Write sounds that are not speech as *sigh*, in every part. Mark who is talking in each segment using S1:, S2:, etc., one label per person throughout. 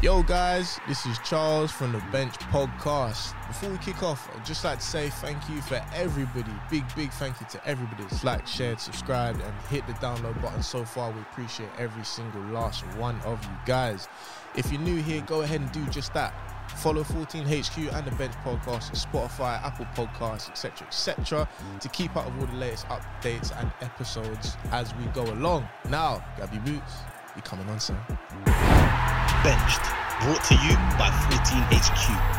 S1: Yo, guys, this is Charles from the Bench Podcast. Before we kick off, I'd just like to say thank you for everybody. Big, big thank you to everybody that's liked, shared, subscribed, and hit the download button so far. We appreciate every single last one of you guys. If you're new here, go ahead and do just that. Follow 14HQ and the Bench Podcast on Spotify, Apple Podcasts, etc., etc., to keep up with all the latest updates and episodes as we go along. Now, grab your boots, you're coming on, son.
S2: Benched, brought to you by 14HQ.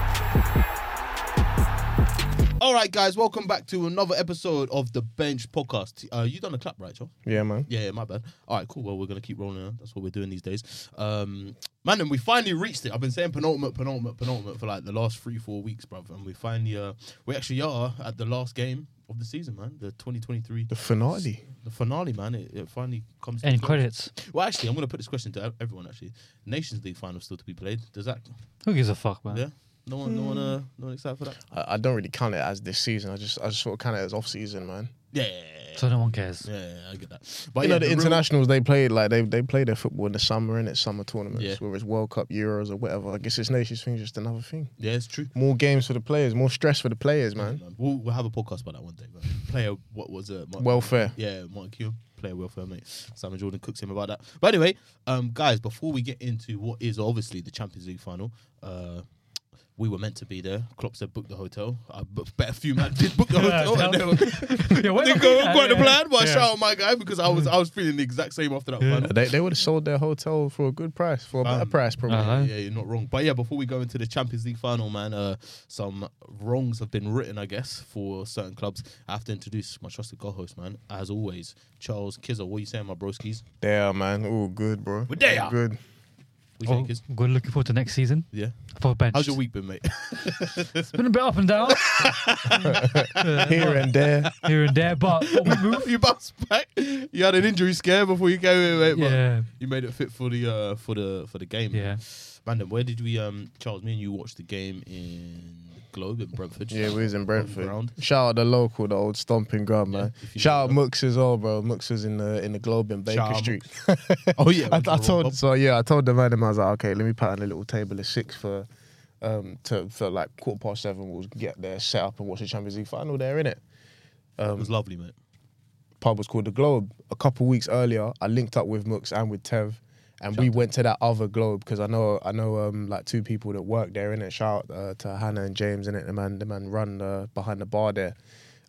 S3: All right, guys, welcome back to another episode of the Bench Podcast. Uh, you done a clap, right, Joe?
S1: Yeah, man.
S3: Yeah, yeah, my bad. All right, cool. Well, we're gonna keep rolling. Huh? That's what we're doing these days. Um, man, and we finally reached it. I've been saying penultimate, penultimate, penultimate for like the last three, four weeks, bruv. And we finally, uh, we actually are at the last game of the season, man. The 2023,
S1: The finale.
S3: the finale, man. It, it finally comes. to a
S4: End
S3: close.
S4: credits.
S3: Well, actually, I'm gonna put this question to ev- everyone. Actually, Nations League final still to be played. Does that?
S4: Who gives a fuck, man?
S3: Yeah. No one, no one, uh, no one excited for that.
S5: I, I don't really count it as this season. I just I just sort of count it as off season, man.
S3: Yeah. yeah, yeah, yeah.
S4: So no one cares.
S3: Yeah, yeah, I get that. But
S5: You
S3: yeah,
S5: know the,
S3: real-
S5: internationals they played like they they play their football in the summer and it's summer tournaments,
S3: Yeah.
S5: whether it's World Cup, Euros or whatever. I guess this nations thing is just another thing.
S3: Yeah, it's true.
S5: More games for the players, more stress for the players, man.
S3: Man, We'll, we'll have a podcast about that one day. But player, what was it? Mark,
S5: Welfare.
S3: yeah, Mark Q, player welfare mate. Simon Jordan cooks him about that. But anyway, um, guys, before we get into what is obviously the Champions League final, uh. We were meant to be there. Klopp said book the hotel. I bu- bet a few man did book the
S4: Yeah,
S3: hotel. and they
S4: tell-
S3: were, *laughs*
S4: Yeah, where
S3: they
S4: the-
S3: go, got the
S4: yeah.
S3: plan. But
S4: Yeah.
S3: shout out my guy because I was I was feeling the exact same after that
S4: Yeah.
S3: final.
S5: They, they would have sold their hotel for a good price, for a better
S3: Um,
S5: price probably.
S4: Uh-huh.
S3: Yeah, you're not wrong. But yeah, before we go into the Champions League final, man, uh, some wrongs have been written, I guess, for certain clubs. I have to introduce my trusted co-host, man, as always, Charles Kizza. What are you saying, my broskies?
S5: They are, man. Oh, good, bro.
S3: Well, they
S5: All
S3: are.
S5: good.
S3: What you
S4: Oh,
S3: saying, Kiz?
S4: we're looking forward to next season.
S3: Yeah.
S4: For bench.
S3: How's your week been, mate?
S4: It's been a bit up
S3: *laughs*
S4: and down
S5: Here and there.
S4: here and there, but we move.
S3: *laughs* you bounced back. You had an injury scare before you came in, mate. but
S4: Yeah,
S3: You made it fit for the uh, for the for the game.
S4: yeah.
S3: Man, then where did we, um, Charles? Me and you watched the game in Globe in Brentford.
S5: Yeah, we was in Brentford.
S3: ground.
S5: Shout out the local, the old stomping ground, man.
S3: if you
S5: Shout out
S3: know.
S5: Mooks as well, bro. Mooks was in the in the Globe in Baker
S3: Shout out
S5: Street. *laughs*
S3: Oh yeah.
S5: I, I told so yeah, I told the man I was like, okay, let me pattern a little table of six for um to for like quarter past seven. We'll get there, set up, and watch the Champions League final there, innit?
S3: it was lovely, mate.
S5: Pub was called the Globe. A couple weeks earlier, I linked up with Mooks and with Tev, and we went to that other Globe because I know I know um like two people that work there, innit? Shout out uh, to Hannah and James, innit? The man the man run uh, behind the bar there.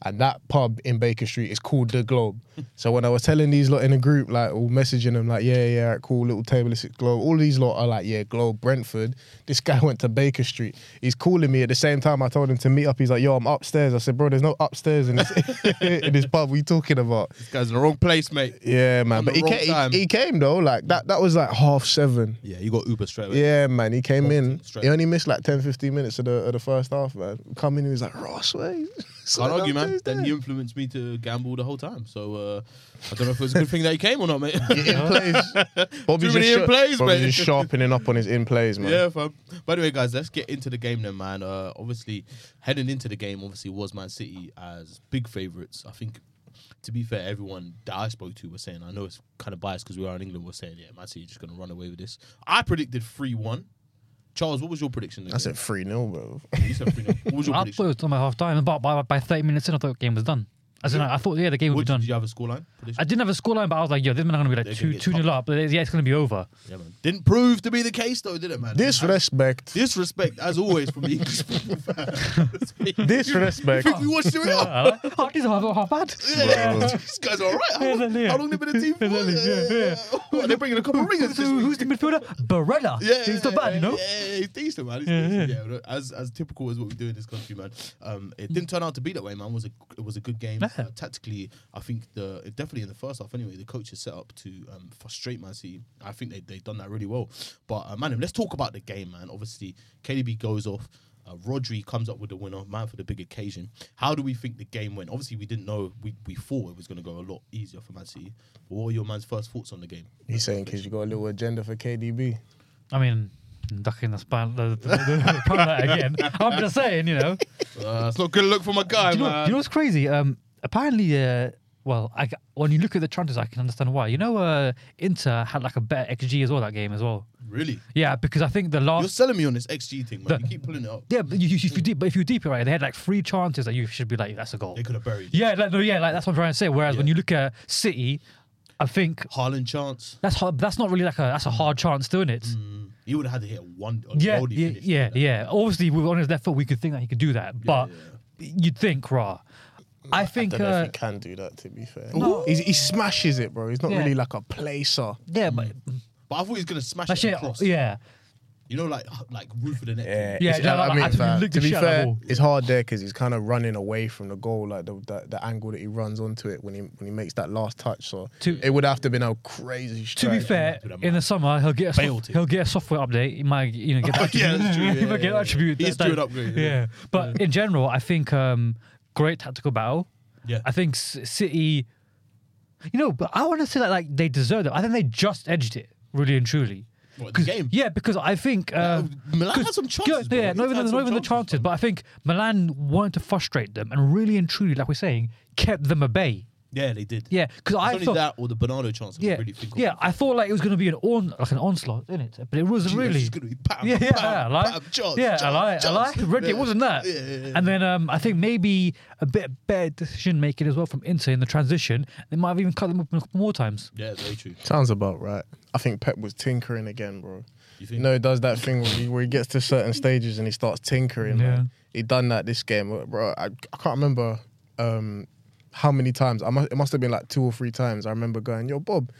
S5: And that pub in Baker Street is called The Globe. so when I was telling these lot in the group, like, all messaging them, like, yeah, yeah, alright, cool, little table of six Globe. All these lot are like, yeah, Globe, Brentford. This guy *laughs* went to Baker Street. He's calling me at the same time I told him to meet up. He's like, yo, I'm upstairs. I said, bro, there's no upstairs in this, *laughs* in this pub. What you talking about?
S3: This guy's in the wrong place, mate.
S5: Yeah, man.
S3: On
S5: but
S3: the
S5: he
S3: wrong
S5: came,
S3: time.
S5: he, he came, though. Like, that, that was like half seven.
S3: Yeah, you got Uber straight away.
S5: Yeah, man, he came in.
S3: Straight.
S5: He only missed like 10, 15 minutes of the, of the first half, man. Come in, he was like, Ross, *laughs* wait.
S3: Can't argue, man. Then you influenced me to gamble the whole time. So uh, I don't know if it was a good thing that you came or not, mate.
S5: in *laughs* plays. Bobby's
S3: Too many
S5: just
S3: in plays,
S5: Bobby's
S3: mate.
S5: just sharpening up on his in plays, man.
S3: *laughs* yeah, fam. By the way, guys, let's get into the game then, man. Uh, obviously, heading into the game, obviously, was Man City as big favourites. I think, to be fair, everyone that I spoke to was saying, I know it's kind of biased because we are in England, was saying, yeah, Man City just going to run away with this. I predicted 3 1. Charles, what was your prediction?
S5: I said 3 0,
S4: *laughs*
S5: bro.
S3: You said 3 What was your
S4: I thought
S3: prediction?
S4: it was on my half time, and about by, by 30 minutes in, I thought the game was done. As in, I, I thought, yeah, the game would
S3: What,
S4: be done.
S3: did you have a scoreline?
S4: I
S3: prediction?
S4: didn't have a scoreline, but I was like, yo, this man are going to be
S3: They're
S4: like
S3: gonna
S4: 2
S3: get
S4: 2 nil up. But yeah, it's going to
S3: *laughs*
S4: be over.
S3: Yeah, man. Didn't prove to be the case, though, did it, man?
S5: Disrespect.
S3: Disrespect, as always, *laughs* from the English people. fam.
S5: Disrespect.
S3: we watched it up.
S4: I like, oh, these are half bad.
S3: Yeah, these guys are all right. How, long- how long they been a team for?
S4: Exactly, yeah, yeah.
S3: What, they're bringing a couple of ringers this week.
S4: Who's the midfielder? Barella.
S3: Yeah,
S4: He's not bad, you
S3: Yeah,
S4: know?
S3: yeah, he's decent, man. He's
S4: Yeah,
S3: decent. Yeah. as as typical as what we do in this country, man. Um, it didn't turn out to be that way, man. It was a it was a good game
S4: Yeah.
S3: Uh, tactically. I think the definitely in the first half, anyway, the coach is set up to um, frustrate Man City. I think they they done that really well. But uh, man, let's talk about the game, man. Obviously, KDB goes off. Uh, Rodri comes up with the winner, man, for the big occasion. How do we think the game went? Obviously, we didn't know. We, we thought it was going to go a lot easier for Man City. But what were your man's first thoughts on the game?
S5: He's saying, because you got a little agenda for KDB.
S4: I mean, ducking the span, the, the, the, the *laughs* that again. I'm just saying, you know.
S3: Uh, it's not good look for my guy,
S4: Do you, know, do you know what's crazy? Um, apparently, uh, Well, I, when you look at the chances, I can understand why. You know, uh, Inter had like a better XG as well that game as well.
S3: Really?
S4: Yeah, because I think the last
S3: You're selling me on this XG thing, man.
S4: The-
S3: you keep pulling it up.
S4: yeah, but, you, you, if you deep, but if you deep it right, they had like three chances that you should be like that's a goal.
S3: They could have buried.
S4: Yeah, like, no, yeah, like that's what I'm trying to say. Whereas when
S3: Yeah.
S4: you look at City, I think
S3: Haaland chance.
S4: that's hard, that's not really like a that's a hard chance, doing it?
S3: He would have had to hit a one. A
S4: Yeah,
S3: worldie
S4: yeah,
S3: finish.
S4: yeah, yeah. Obviously, with on his left foot, we could think that he could do that, but you'd think, rah. I think,
S5: I don't know
S4: uh,
S5: if he can do that. To be fair,
S4: No.
S5: He's, he smashes it, bro. He's not
S4: Yeah.
S5: really like a placer.
S4: yeah, but
S3: But I thought he was gonna smash
S4: that
S3: it
S4: shit,
S3: across.
S4: yeah,
S3: You know, like like roof of the net.
S4: Yeah,
S5: it's-
S4: yeah, like, I think he licked
S5: to
S4: the
S5: be
S4: shit out of
S5: fair,
S4: that ball.
S5: it's hard there because he's kind of running away from the goal, like the, the the angle that he runs onto it when he when he makes that last touch. So
S4: To-
S5: it would have to have been a crazy.
S4: To
S5: Strike.
S4: be fair,
S3: do that,
S4: in the
S3: man.
S4: summer he'll get a
S3: Failed
S4: soft,
S3: it.
S4: he'll get a software update. He might you know get that
S3: *laughs* Yeah,
S4: attribute. *laughs*
S3: that's true.
S4: he
S3: Yeah,
S4: might get that attribute.
S3: He's
S4: that-
S3: due an
S4: that-
S3: upgrade,
S4: Yeah.
S3: yeah.
S4: but in general, I think um, great tactical battle.
S3: Yeah.
S4: I think C- City. You know, but I want to say that like they deserved it. I think they just edged it, really and truly.
S3: What, the
S4: 'Cause-
S3: game?
S4: Yeah, because I think uh,
S3: Milan had
S4: 'cause-
S3: some chances,
S4: Yeah,
S3: bro.
S4: yeah, not
S3: Inter
S4: even,
S3: had
S4: the-
S3: some
S4: not even the
S3: chances,
S4: chances,
S3: bro.
S4: but I think Milan wanted to frustrate them and really and truly, like we're saying, kept them at bay.
S3: yeah, they did.
S4: Yeah, because I
S3: It's only
S4: thought
S3: that or the Bernardo chance. I
S4: yeah,
S3: really think of.
S4: yeah. I thought like it was going to be an on, like an onslaught, in it, but it wasn't
S3: Gee, that's
S4: really.
S3: just gonna be bam,
S4: yeah, yeah,
S3: bam,
S4: I like,
S3: bam, chance,
S4: yeah, I
S3: chance,
S4: like, I like.
S3: chance.
S4: Read it
S3: Yeah.
S4: wasn't that.
S3: Yeah, yeah, yeah.
S4: And then um, I think maybe a bit better decision making as well from Inter in the transition. They might have even cut them up a couple more times.
S3: Yeah, very true.
S5: Sounds about right. I think Pep was tinkering again, bro.
S3: You
S5: You
S3: think?
S5: know, he does that thing where he, where he gets to certain stages and he starts tinkering.
S4: Yeah.
S5: man. He done that this game, uh, bro. I, I can't remember um, how many times. I must, it must have been like two or three times. I remember going, "Yo, Bob,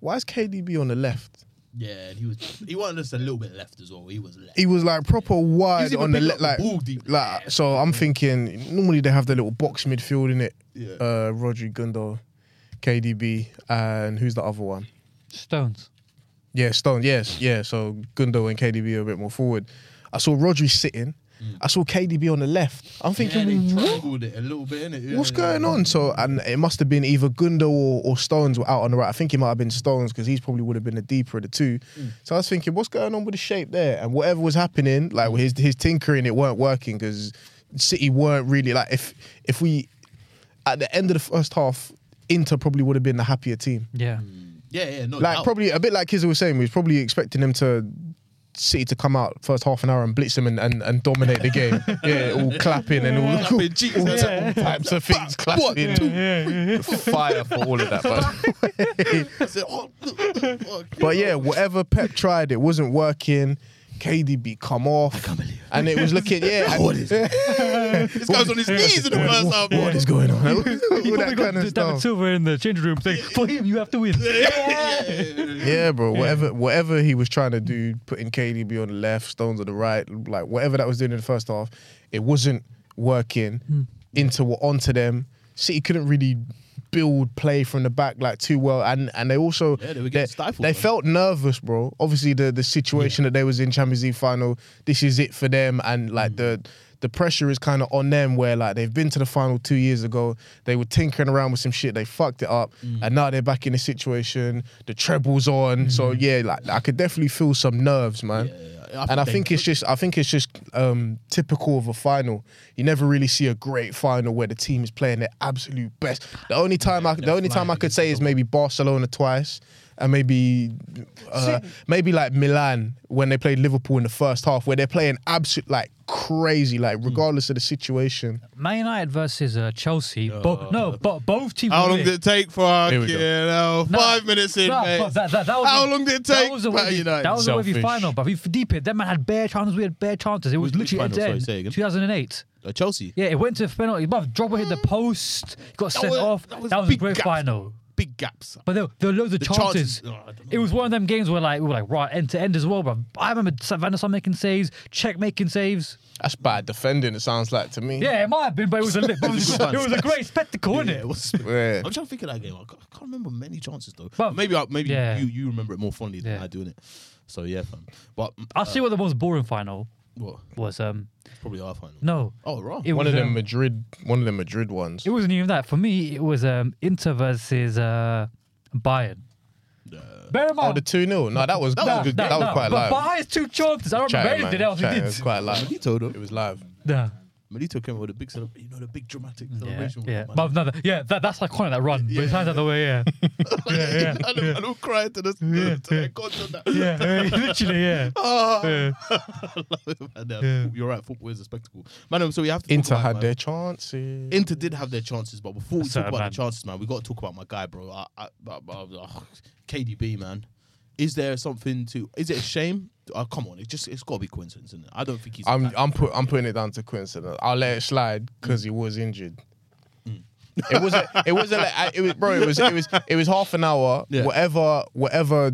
S5: why is KDB on the left?"
S3: Yeah, and he was he wanted us a little bit left as well. He was left.
S5: He was like proper
S3: He's
S5: wide
S3: even
S5: on the
S3: picking
S5: left,
S3: up the
S5: like,
S3: ball deep.
S5: like. So I'm thinking normally they have the little box midfield in it.
S3: Yeah.
S5: Uh, Rodri, Gundo, KDB, and who's the other one?
S4: Stones.
S5: Yeah, Stone. Yes, yeah. So Gundo and KDB are a bit more forward. I saw Rodri sitting. I saw KDB on the left. I'm
S3: yeah, they
S5: thinking, "What?
S3: triangled it a little bit in it.
S5: what's going on? So, and it must have been either Gundo or, or Stones were out on the right. I think it might have been Stones because he's probably would have been the deeper of the two. So I was thinking, what's going on with the shape there? And whatever was happening, like with his his tinkering, it weren't working because City weren't really like if if we at the end of the first half, Inter probably would have been the happier team.
S4: Yeah.
S2: Hmm.
S3: Yeah, yeah, no.
S5: Like
S3: doubt.
S5: probably a bit like Kizza was saying, we was probably expecting them to City to come out first half an hour and blitz them and, and, and dominate the game. yeah, all clapping and all,
S3: Clapping cheeks,
S5: all
S3: yeah.
S5: types of things
S3: One,
S5: clapping. *laughs*
S3: two,
S5: Fire for all of that, but
S3: *laughs* I said, oh, *laughs* fuck.
S5: but yeah, whatever Pep tried, it wasn't working. KDB come off, and it was looking yeah. and- *laughs*
S3: *laughs* What is it? This guy's on his knees in the first half.
S5: what
S3: *laughs*
S5: is going on? *laughs* all
S4: You
S5: that
S4: probably
S5: kind of
S4: got David
S5: stuff.
S4: Silver in the changing room saying, "For him, you have to win."
S5: Yeah, bro. Whatever, whatever he was trying to do, putting KDB on the left, Stones on the right, like whatever that was doing in the first half, it wasn't working.
S3: Hmm.
S5: Inter were onto them. City couldn't really build play from the back like too well, and and they also
S3: Yeah, they were getting stifled,
S5: they
S3: bro.
S5: felt nervous, bro. Obviously, the the situation that they was in Champions League final, this is it for them, and like the. The pressure is kind of on them, where like they've been to the final two years ago. They were tinkering around with some shit. They fucked it up, and now they're back in the situation. The treble's on, so yeah, like I could definitely feel some nerves, man. and I
S3: they
S5: think it's just, I think it's just um, typical of a final. You never really see a great final where the team is playing their absolute best. The only time I, the
S3: they're
S5: only time I
S3: flying
S5: could say is
S3: against the
S5: maybe Barcelona twice, and maybe uh, maybe like Milan when they played Liverpool in the first half, where they're playing absolute like crazy, like
S4: Hmm.
S5: regardless of the situation.
S4: Man United versus uh, Chelsea. Bo- no, but both teams.
S2: How
S4: were
S2: long
S4: lit.
S2: did it take for our
S5: Here we go.
S2: know,
S3: uh,
S4: No,
S2: Five minutes in,
S4: no,
S2: mate.
S4: but that- that- that was
S2: How
S4: a-
S2: long did it
S4: That
S2: take?
S4: was a
S2: Man
S4: wavy,
S2: United.
S4: that was a wavy
S5: Selfish.
S4: final, but if you deep it, that man had bare chances. We had bare chances. It was
S3: Which- which
S4: literally
S3: final? Sorry,
S4: at
S3: say
S4: the
S3: again.
S4: end. 2008.
S3: Uh, Chelsea.
S4: Yeah, it went to penalty. But Drogba hit the post. Got sent
S3: was-
S4: off.
S3: that
S4: That
S3: was
S4: was,
S3: big
S4: a great
S3: gaps.
S4: final.
S3: Big gaps.
S4: But there, there were loads of
S3: The
S4: chances.
S3: chances- Oh, I don't know.
S4: it was one of them games where like we were like right end to end as well. But I remember Van der Sar making saves, Czech making saves.
S5: That's bad defending. It sounds like to me.
S4: Yeah, it might have been, but it was a lit-
S5: *laughs*
S4: but it, was, it was a great spectacle, wasn't
S3: Yeah,
S4: it?
S3: it
S4: *laughs*
S3: was-
S5: Yeah.
S3: I'm trying to think of that game. I can't, I can't remember many chances though.
S4: But-
S3: maybe I, maybe
S4: Yeah.
S3: you you remember it more fondly than
S4: Yeah.
S3: I do in it. So yeah, fam. But mm,
S4: I'll see what the most boring final
S3: what?
S4: was. Um,
S3: Probably our final.
S4: no,
S3: Oh right.
S4: it
S5: one
S4: was
S5: of them
S4: um,
S5: Madrid, one of them Madrid ones.
S4: It wasn't even that. For me, it was um, Inter versus uh, Bayern. Bear in
S5: Oh,
S4: mind,
S5: the two 0 No, that was that, was, good, that, was quite
S4: but
S5: live.
S4: Bayern's two chances. I don't remember
S5: Chatting,
S4: anything
S5: man.
S4: else he
S5: Chatting, It was
S4: did.
S5: quite live.
S3: He told him.
S5: It was live.
S4: Nah.
S3: Melito came up with a big, celeb- you know, the big dramatic
S4: Yeah,
S3: celebration. with
S4: yeah.
S3: Man.
S4: But no, that- yeah, that, that's iconic. That run, but
S3: Yeah.
S4: it sounds out the way. *laughs* Yeah,
S3: *laughs*
S4: yeah,
S3: I
S4: yeah,
S3: don't, I don't cry to this.
S4: Yeah,
S3: to
S4: yeah.
S3: that *laughs* concert now.
S4: yeah, *laughs* yeah, literally, yeah.
S3: Ah.
S4: yeah.
S3: I love it, man. Yeah,
S4: Yeah.
S3: um, oh, You're right. Football is a spectacle, man. um, So we have to talk
S5: Inter
S3: about it,
S5: had
S3: man.
S5: their chances.
S3: Inter did have their chances, but before we
S4: That's
S3: talk
S4: it,
S3: about
S4: man.
S3: the chances, man, we got to talk about my guy, bro. I, I, I, I, ugh, KDB, man. Is there something to? Is it a shame? Oh, come on, it just it's got to be coincidence, isn't it? I don't think he's.
S5: I'm I'm put I'm putting it down to coincidence. I'll let it slide because he was injured.
S3: Mm.
S5: It wasn't. It wasn't like I- it was, bro. It was. It was. It was half an hour.
S3: Yeah.
S5: Whatever. Whatever.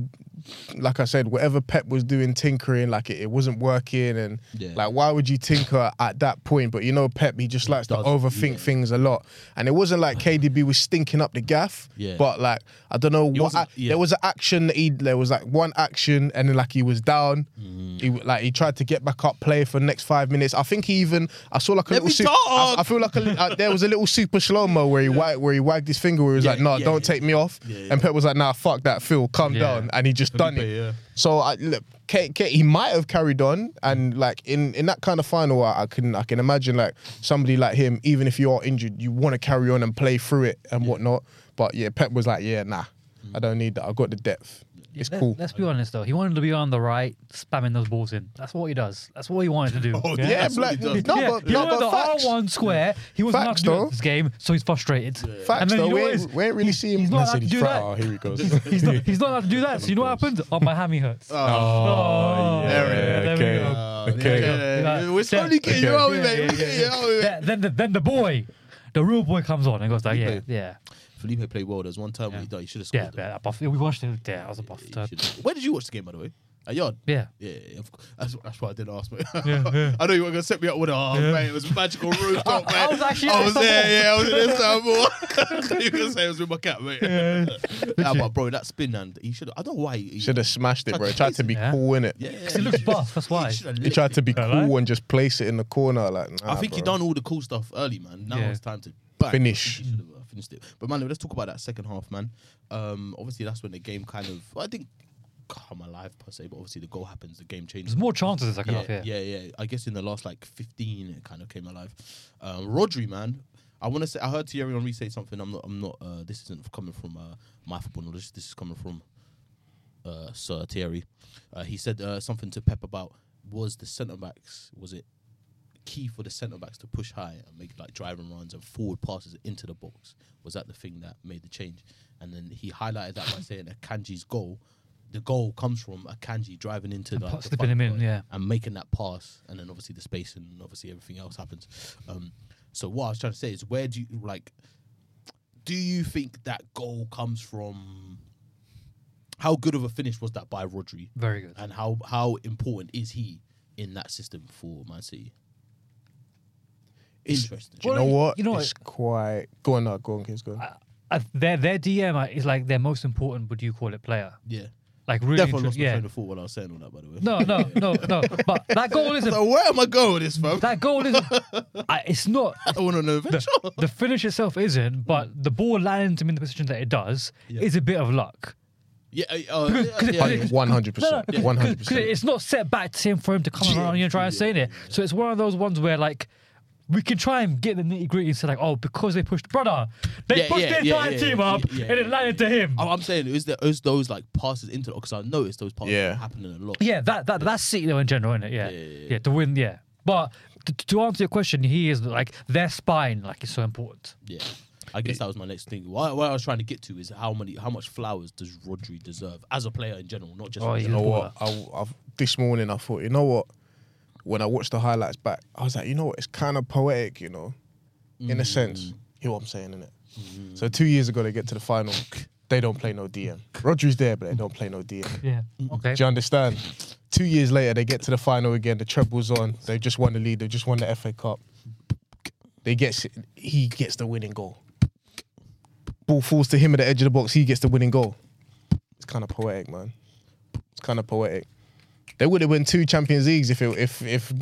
S5: Like I said, whatever Pep was doing, tinkering, like it, it wasn't working, and
S3: Yeah.
S5: like why would you tinker at that point? But you know, Pep, he just likes to
S3: does,
S5: overthink
S3: yeah.
S5: things a lot, and it wasn't
S3: *sighs*
S5: like KDB was stinking up the gaff.
S3: Yeah.
S5: But like I don't know what
S3: wasn't-
S5: I-
S3: yeah.
S5: there was an action. That he there was like one action, and then like he was down.
S3: Mm.
S5: He w- like he tried to get back up, play for the next five minutes. I think he even I saw like a
S3: Let
S5: little.
S3: me
S5: su-
S3: talk.
S5: I, I feel like a, li- uh, there was a little super slow mo where he wag, where he wagged his finger. Where he was
S3: Yeah,
S5: like, "No,
S3: yeah,
S5: don't
S3: yeah.
S5: take me off."
S3: Yeah, yeah.
S5: And Pep was like, "Nah, fuck that, Phil, calm
S4: Yeah.
S5: down." And he just done it.
S3: Felipe, yeah.
S5: So I look, K, K, he might have carried on, and like in in that kind of final, I, I can I can imagine like somebody like him, even if you are injured, you want to carry on and play through it and whatnot. But yeah, Pep was like, "Yeah, nah, I don't need that. I've got the depth. It's
S4: Let-
S5: cool."
S4: Let's be honest though. He wanted to be on the right, spamming those balls in. That's what he does. That's what he wanted
S5: *laughs*
S4: to do.
S3: Oh,
S5: Yeah,
S3: That's what
S5: black.
S3: he
S5: No,
S3: does.
S5: but,
S4: yeah, he
S5: no,
S4: wanted
S5: but
S4: the
S5: facts.
S4: R1 square. He was not
S5: Facts,
S4: doing
S5: though.
S4: this game, so he's frustrated.
S5: Facts
S4: and then
S5: though,
S4: you know
S5: we
S4: what
S5: ain't,
S4: is-
S5: we ain't really seeing
S4: he's not
S5: Man
S4: allowed
S5: City
S4: to do
S5: threat.
S4: that.
S5: Oh, here he
S4: *laughs*
S5: goes.
S4: he's not, he's not allowed to
S5: *laughs*
S4: do that. So you know what happened? Oh, my hammy hurts.
S5: Oh,
S4: there we go, there we
S5: okay. *laughs*
S4: go.
S5: Okay.
S3: Uh, Yeah, yeah,
S4: Yeah.
S3: We're slowly getting you
S5: Okay.
S3: out,
S4: Yeah,
S3: mate.
S4: yeah,
S3: We're getting *laughs* you out,
S5: oh,
S3: mate.
S4: Th- then, the, then the boy, the real boy comes on and goes like, yeah,
S3: Felipe.
S4: yeah,
S3: Felipe played well. There's one time where he died. He should have scored.
S4: yeah,
S3: though.
S4: yeah. Buff. We watched it. Yeah, I was a buff.
S3: He
S4: Yeah,
S3: should've- Where did you watch the game, by the way? At Yard.
S4: yeah.
S3: Yeah, yeah, of course. That's, that's why I didn't ask. mate. *laughs*
S4: yeah.
S3: I know you were gonna set me up with a oh,
S4: Yeah.
S3: mate, it was magical rooftop,
S4: I-
S3: mate.
S4: *laughs* I was actually
S3: I
S4: at
S3: was there, yeah, I was in
S4: *laughs*
S3: Istanbul. *laughs* you can say it was with my cat, mate. *laughs* Nah, but bro, that spin and he should. I don't know why he
S5: Should have smashed it, bro. He tried to be
S4: Yeah.
S5: cool in it.
S3: Yeah, yeah,
S4: He looks buff. That's why.
S3: should have
S5: He tried to be
S4: Yeah, right?
S5: cool and just place it in the corner. Like, nah,
S3: I think he
S5: bro.
S3: done all the cool stuff early, man. Now
S4: Yeah.
S3: it's time to bang.
S5: Finish.
S3: He should've, uh, finished it. But man, let's talk about that second half, man. Um, obviously that's when the game kind of. I think come alive per se, but obviously the goal happens, the game changes.
S4: There's more chances in the second
S3: yeah,
S4: half.
S3: yeah,
S4: Yeah,
S3: yeah. I guess in the last like 15, it kind of came alive. Um, Rodri, man, I want to say I heard Thierry Henry say something. I'm not. I'm not. Uh, this isn't coming from uh, my football knowledge. This is coming from uh, Sir Thierry. Uh, he said uh, something to Pep about was the centre backs. Was it key for the centre backs to push high and make like driving runs and forward passes into the box? Was that the thing that made the change? And then he highlighted that
S4: *laughs*
S3: by saying Akanji's goal. The goal comes from Akanji driving into
S4: And
S3: like,
S4: put-
S3: the
S4: slipping him
S3: front
S4: in,
S3: line
S4: yeah.
S3: and making that pass, and then obviously the space and obviously everything else happens. Um, so what I was trying to say is, where do you like? Do you think that goal comes from? How good of a finish was that by Rodri,
S4: very good.
S3: and how how important is he in that system for Man City? Interesting.
S5: Do you
S4: Well,
S5: know what?
S4: you know
S5: it's quite. Go on, no, go on, kids, go on.
S4: Uh, their their DM is like their most important. Would you call it player?
S3: yeah,
S4: Like really?
S3: definitely
S4: inter-
S3: lost my
S4: yeah.
S3: train of thought while I was saying all that. By the way,
S4: No, no, no, no. But that goal isn't.
S3: So where am I going with this, fam?
S4: That goal isn't. I, it's not.
S3: I want to know. Venture.
S4: The finish itself isn't, but the ball landing him in the position that it does
S3: Yeah.
S4: is a bit of luck.
S3: Yeah, uh,
S4: Because-
S3: yeah,
S4: *laughs* 'cause it-
S3: yeah, yeah.
S5: One hundred
S4: *laughs* No,
S5: percent.
S4: no,
S5: One hundred
S4: because
S5: percent.
S4: it's not set back to him for him to come around and try and say it. So it's one of those ones where like we can try and get the nitty gritty and say like, oh, because they pushed brother, they
S3: Yeah,
S4: pushed
S3: yeah,
S4: their
S3: yeah,
S4: entire
S3: yeah,
S4: team
S3: yeah,
S4: up
S3: yeah,
S4: and it
S3: yeah,
S4: landed
S3: yeah.
S4: to him.
S3: I'm I'm saying is there is those like passes into because I noticed those passes
S5: Yeah.
S3: happening a lot.
S4: Yeah, that that that's City though in general, isn't it? Yeah,
S3: Yeah,
S4: yeah,
S3: yeah, yeah.
S4: to win, yeah. But to, to answer your question, he is like their spine, like is so important.
S3: Yeah. I guess that was my next thing. What, what I was trying to get to is how many, how much flowers does Rodri deserve as a player in general, not just.
S4: Oh,
S3: as a
S4: yeah.
S5: You know
S4: Good
S5: what? I, I've, this morning I thought, you know what? When I watched the highlights back, I was like, you know what? It's kind of poetic, you know,
S4: Mm.
S5: in a sense. You know what I'm saying, innit? So two years ago, they get to the final. They don't play no DM. Rodri's there, but they don't play no DM.
S4: Yeah. Okay.
S5: Do you understand? Two years later, they get to the final again. The treble's on. They just won the lead. They just won the FA Cup. They gets he gets the winning goal. Ball falls to him at the edge of the box. He gets the winning goal. It's kind of poetic, man. It's kind of poetic. They would have won two Champions Leagues if it, if if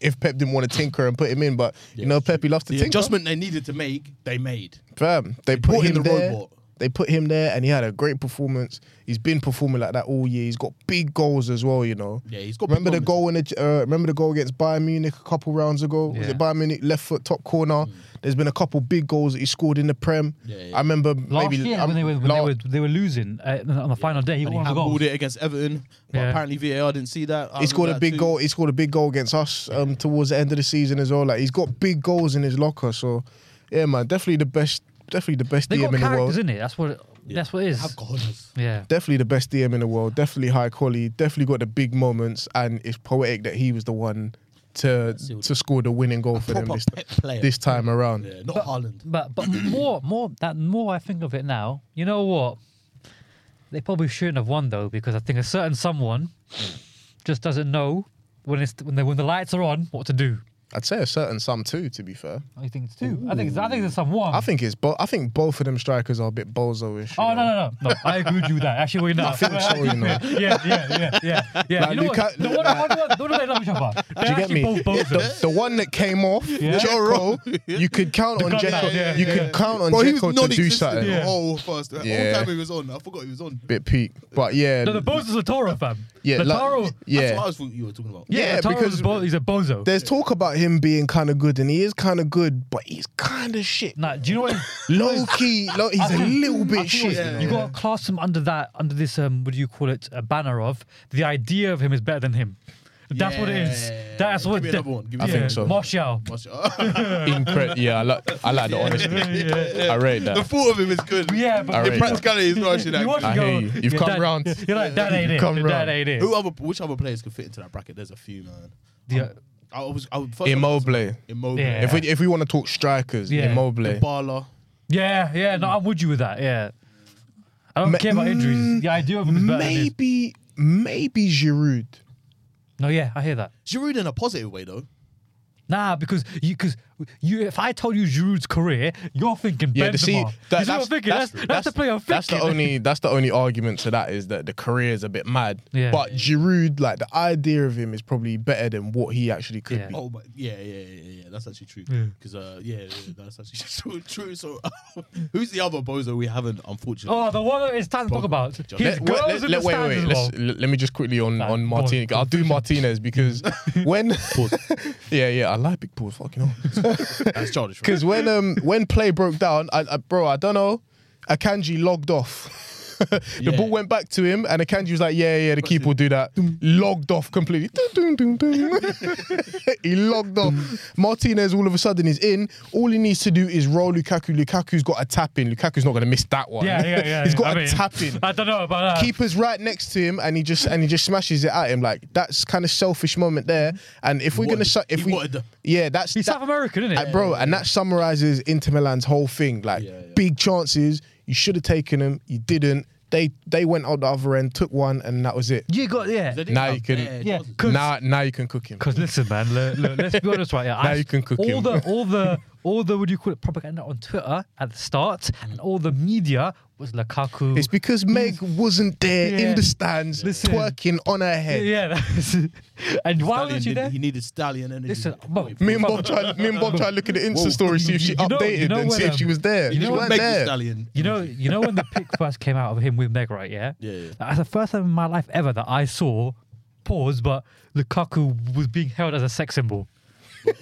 S5: *laughs* if Pep dep't want to tinker and put him in. But you know, Pep he loves to
S3: The
S5: tinker.
S3: adjustment they needed to make, they made.
S5: Fam, they
S3: Put
S5: put him
S3: in the
S5: there.
S3: robot.
S5: They put him there, and he had a great performance. He's been performing like that all year. He's got big goals as well, you know.
S3: Yeah, he's got big
S5: Remember the goal in the uh, remember the goal against Bayern Munich a couple rounds ago. Was
S4: Yeah. Mm.
S5: it Bayern Munich left foot top corner? There's been a couple big goals that he scored in the Prem.
S3: Yeah, yeah.
S5: I remember
S4: Last
S5: maybe
S4: year,
S5: I'm-
S4: when, they were, when
S5: la-
S4: they, were, they were losing uh, on the final day, he got
S3: And he
S4: one of the
S3: handballed
S4: goals.
S3: it against Everton, but
S4: Yeah.
S3: apparently VAR didn't see that. I
S5: he scored a
S3: remember that
S5: big
S3: too.
S5: goal. He scored a big goal against us um, towards the end of the season as well. Like he's got big goals in his locker. So yeah, man, definitely the best. Definitely the best
S4: They
S5: DM
S4: got
S5: in the
S4: characters
S5: world.
S4: in it. That's what. That's what it
S3: Have
S4: is.
S3: goals.
S4: Yeah.
S5: Definitely the best DM in the world. Definitely high quality. Definitely got the big moments, and it's poetic that he was the one to
S3: Sealed.
S5: to score the winning goal for them
S3: Proper
S5: this,
S3: pep player.
S5: this time around.
S3: yeah, not Haaland.
S4: But *clears throat* but more more that more I think of it now, you know what? They probably shouldn't have won though because I think a certain someone just doesn't know when it's when they when the lights are on what to do.
S5: I'd say a certain sum too. To be fair,
S4: I think it's two. I think it's, I think there's someone.
S5: I think it's. Bo- I think both of them strikers are a bit bozo-ish. you
S4: Oh no
S5: know?
S4: no no no! I agree with you with that. Actually, we're
S5: *laughs*
S4: not.
S5: I think so, you
S4: *laughs*
S5: know.
S4: yeah yeah yeah yeah yeah.
S5: Like,
S4: you know
S5: Luka-
S4: what? No, what, what, what, what do they love each other? They
S5: Do you get
S4: actually
S5: me?
S4: both both of them.
S5: the, the one that came off,
S4: *laughs* Yeah.
S5: Joro, you could count on
S4: gun
S5: Jekko.
S4: down, yeah,
S5: you
S4: yeah,
S5: could
S4: yeah.
S5: count on
S2: Bro, he was
S5: Jekko to do
S2: non-existent
S5: something.
S2: the
S4: Yeah.
S2: whole first. The
S5: Yeah.
S2: whole time he was on, I forgot he was on.
S5: Bit peak, but yeah,
S4: No, the bozo's a Toro fam.
S5: yeah,
S4: the
S5: like-
S4: Toro.
S3: That's what I
S5: yeah.
S3: was thinking you were talking about.
S5: yeah,
S4: Yeah, Toro
S5: because
S4: is bo- he's a bozo.
S5: There's talk about him being kind of good, and he is kind of good, but he's kind of shit.
S4: Nah, do you know
S5: *laughs*
S4: what?
S5: Low
S4: *laughs*
S5: key, low, he's a little
S4: I
S5: bit
S4: feel
S5: shit.
S4: it's-
S5: you
S4: You
S5: know?
S4: got to class him under that, under this, um, what do you call it, a banner of the idea of him is better than him. That's what it is.
S3: Yeah.
S4: That's what.
S3: Give me
S4: the-
S3: another one. Give me
S5: I
S4: yeah,
S5: think so.
S4: Martial.
S3: *laughs*
S5: Incre- yeah, I like, I like
S4: *laughs*
S5: the honesty. I rate
S2: The
S5: that.
S2: thought of him is good.
S4: Yeah, but
S5: All right.
S2: In practicality, he's not actually
S4: you
S2: that
S4: want
S2: good.
S4: to
S5: I
S4: go.
S5: hear you. You've
S4: yeah,
S5: come
S4: that-
S5: round.
S4: You're like that ain't
S5: You've
S4: it.
S5: come
S4: That
S5: round.
S4: ain't it.
S3: Who other? Which other players could fit into that bracket? There's a few, man.
S4: The-
S3: I was. I would first
S5: Immobile.
S3: Immobile.
S4: Yeah.
S5: If we if we want to talk strikers,
S4: Yeah.
S5: Immobile.
S3: Dybala.
S4: Yeah, yeah. No, I'm with you with that. Yeah. I don't
S5: Ma-
S4: care about injuries.
S5: Mm,
S4: The idea of him is better. Than him.
S5: Maybe maybe Giroud.
S4: No, yeah, I hear that.
S3: Giroud in a positive way though.
S4: Nah, because you because you if I told you Giroud's career, you're thinking
S5: Yeah,
S4: Benzema.
S5: to see
S4: you see what I'm thinking? That's, that's, the player I'm
S5: that's the
S4: thinking.
S5: only that's the only argument to that is that the career is a bit mad.
S4: Yeah.
S5: But Giroud, like the idea of him is probably better than what he actually could
S4: Yeah.
S5: be.
S3: Oh, but yeah, yeah, yeah, yeah. yeah, That's actually true.
S4: Yeah.
S3: Because uh, yeah, yeah, that's actually *laughs* so true. So who's the other bozo we haven't? Unfortunately,
S4: Oh, the one that it's time to talk about.
S5: Let-
S4: His
S5: wait,
S4: girls
S5: let-
S4: in the
S5: let- wait,
S4: stands
S5: wait,
S4: as
S5: let's-
S4: well.
S5: l- let me just quickly on
S4: Nah,
S5: on
S4: go on,
S5: Martinez. I'll do Martinez
S4: *laughs*
S5: because when *laughs* yeah yeah I like big balls fucking hell.
S4: Oh.
S3: that's childish. Right?
S5: Because when um when play broke down, I, I bro I don't know, Akanji logged off. *laughs* the
S3: Yeah.
S5: ball went back to him, and Akanji was like, "Yeah, yeah, the keeper will do that." logged off completely. Dun, dun, dun, dun. *laughs* he logged off. Martinez all of a sudden is in. All he needs to do is roll Lukaku. Lukaku's got a tap in. Lukaku's not going to miss that one.
S4: Yeah, yeah,
S5: *laughs*
S4: yeah.
S5: He's
S4: yeah.
S5: got
S4: I
S5: a
S4: mean,
S5: tap
S4: *laughs*
S5: in
S4: I don't know about that.
S5: keeper's right next to him and he just and he just smashes it at him like that's kind of selfish moment there and if we're gonna
S3: wanted-
S5: su- if
S3: he
S5: we
S3: wanted the-
S5: yeah that's
S4: He's
S5: that-
S4: South American, isn't *laughs*
S5: uh,
S4: it?
S5: bro and that summarizes Inter Milan's whole thing like
S3: Yeah, yeah.
S5: big chances you should have taken them you didn't they they went out the other end took one and that was it
S4: You got yeah,
S3: They didn't
S5: now
S3: have
S5: you can-
S3: bare
S4: yeah.
S3: chances.
S4: Cause,
S5: now now you can cook him
S4: 'cause listen, man. Look, look, let's be honest, right? Yeah,
S5: Now you can cook
S4: all
S5: him.
S4: the all the all the what do you call it propaganda on Twitter at the start, and all the media was Lukaku.
S5: it's because Meg wasn't there
S4: Yeah.
S5: in the stands
S4: Listen.
S5: twerking on her
S4: yeah,
S5: head
S4: yeah. *laughs* that's- and why
S3: Stallion
S4: wasn't you
S3: didn't-
S4: there?
S3: He needed stallion energy.
S4: Listen,
S3: Can't
S4: bro,
S3: wait for
S5: Me and Bob tried. Me and Bob tried looking at the Insta story, see if she
S4: You know-
S5: updated
S4: you know
S5: and
S4: when,
S5: see if
S4: um,
S5: she was there.
S4: you
S5: She
S4: know
S5: weren't
S4: when
S3: Meg the
S5: there.
S3: stallion.
S4: You know, you
S5: *laughs*
S4: know when the pic first came out of him with Meg, right? Yeah.
S3: Yeah, yeah.
S4: That's the first time in my life ever that I saw pause, but Lukaku was being held as a sex symbol.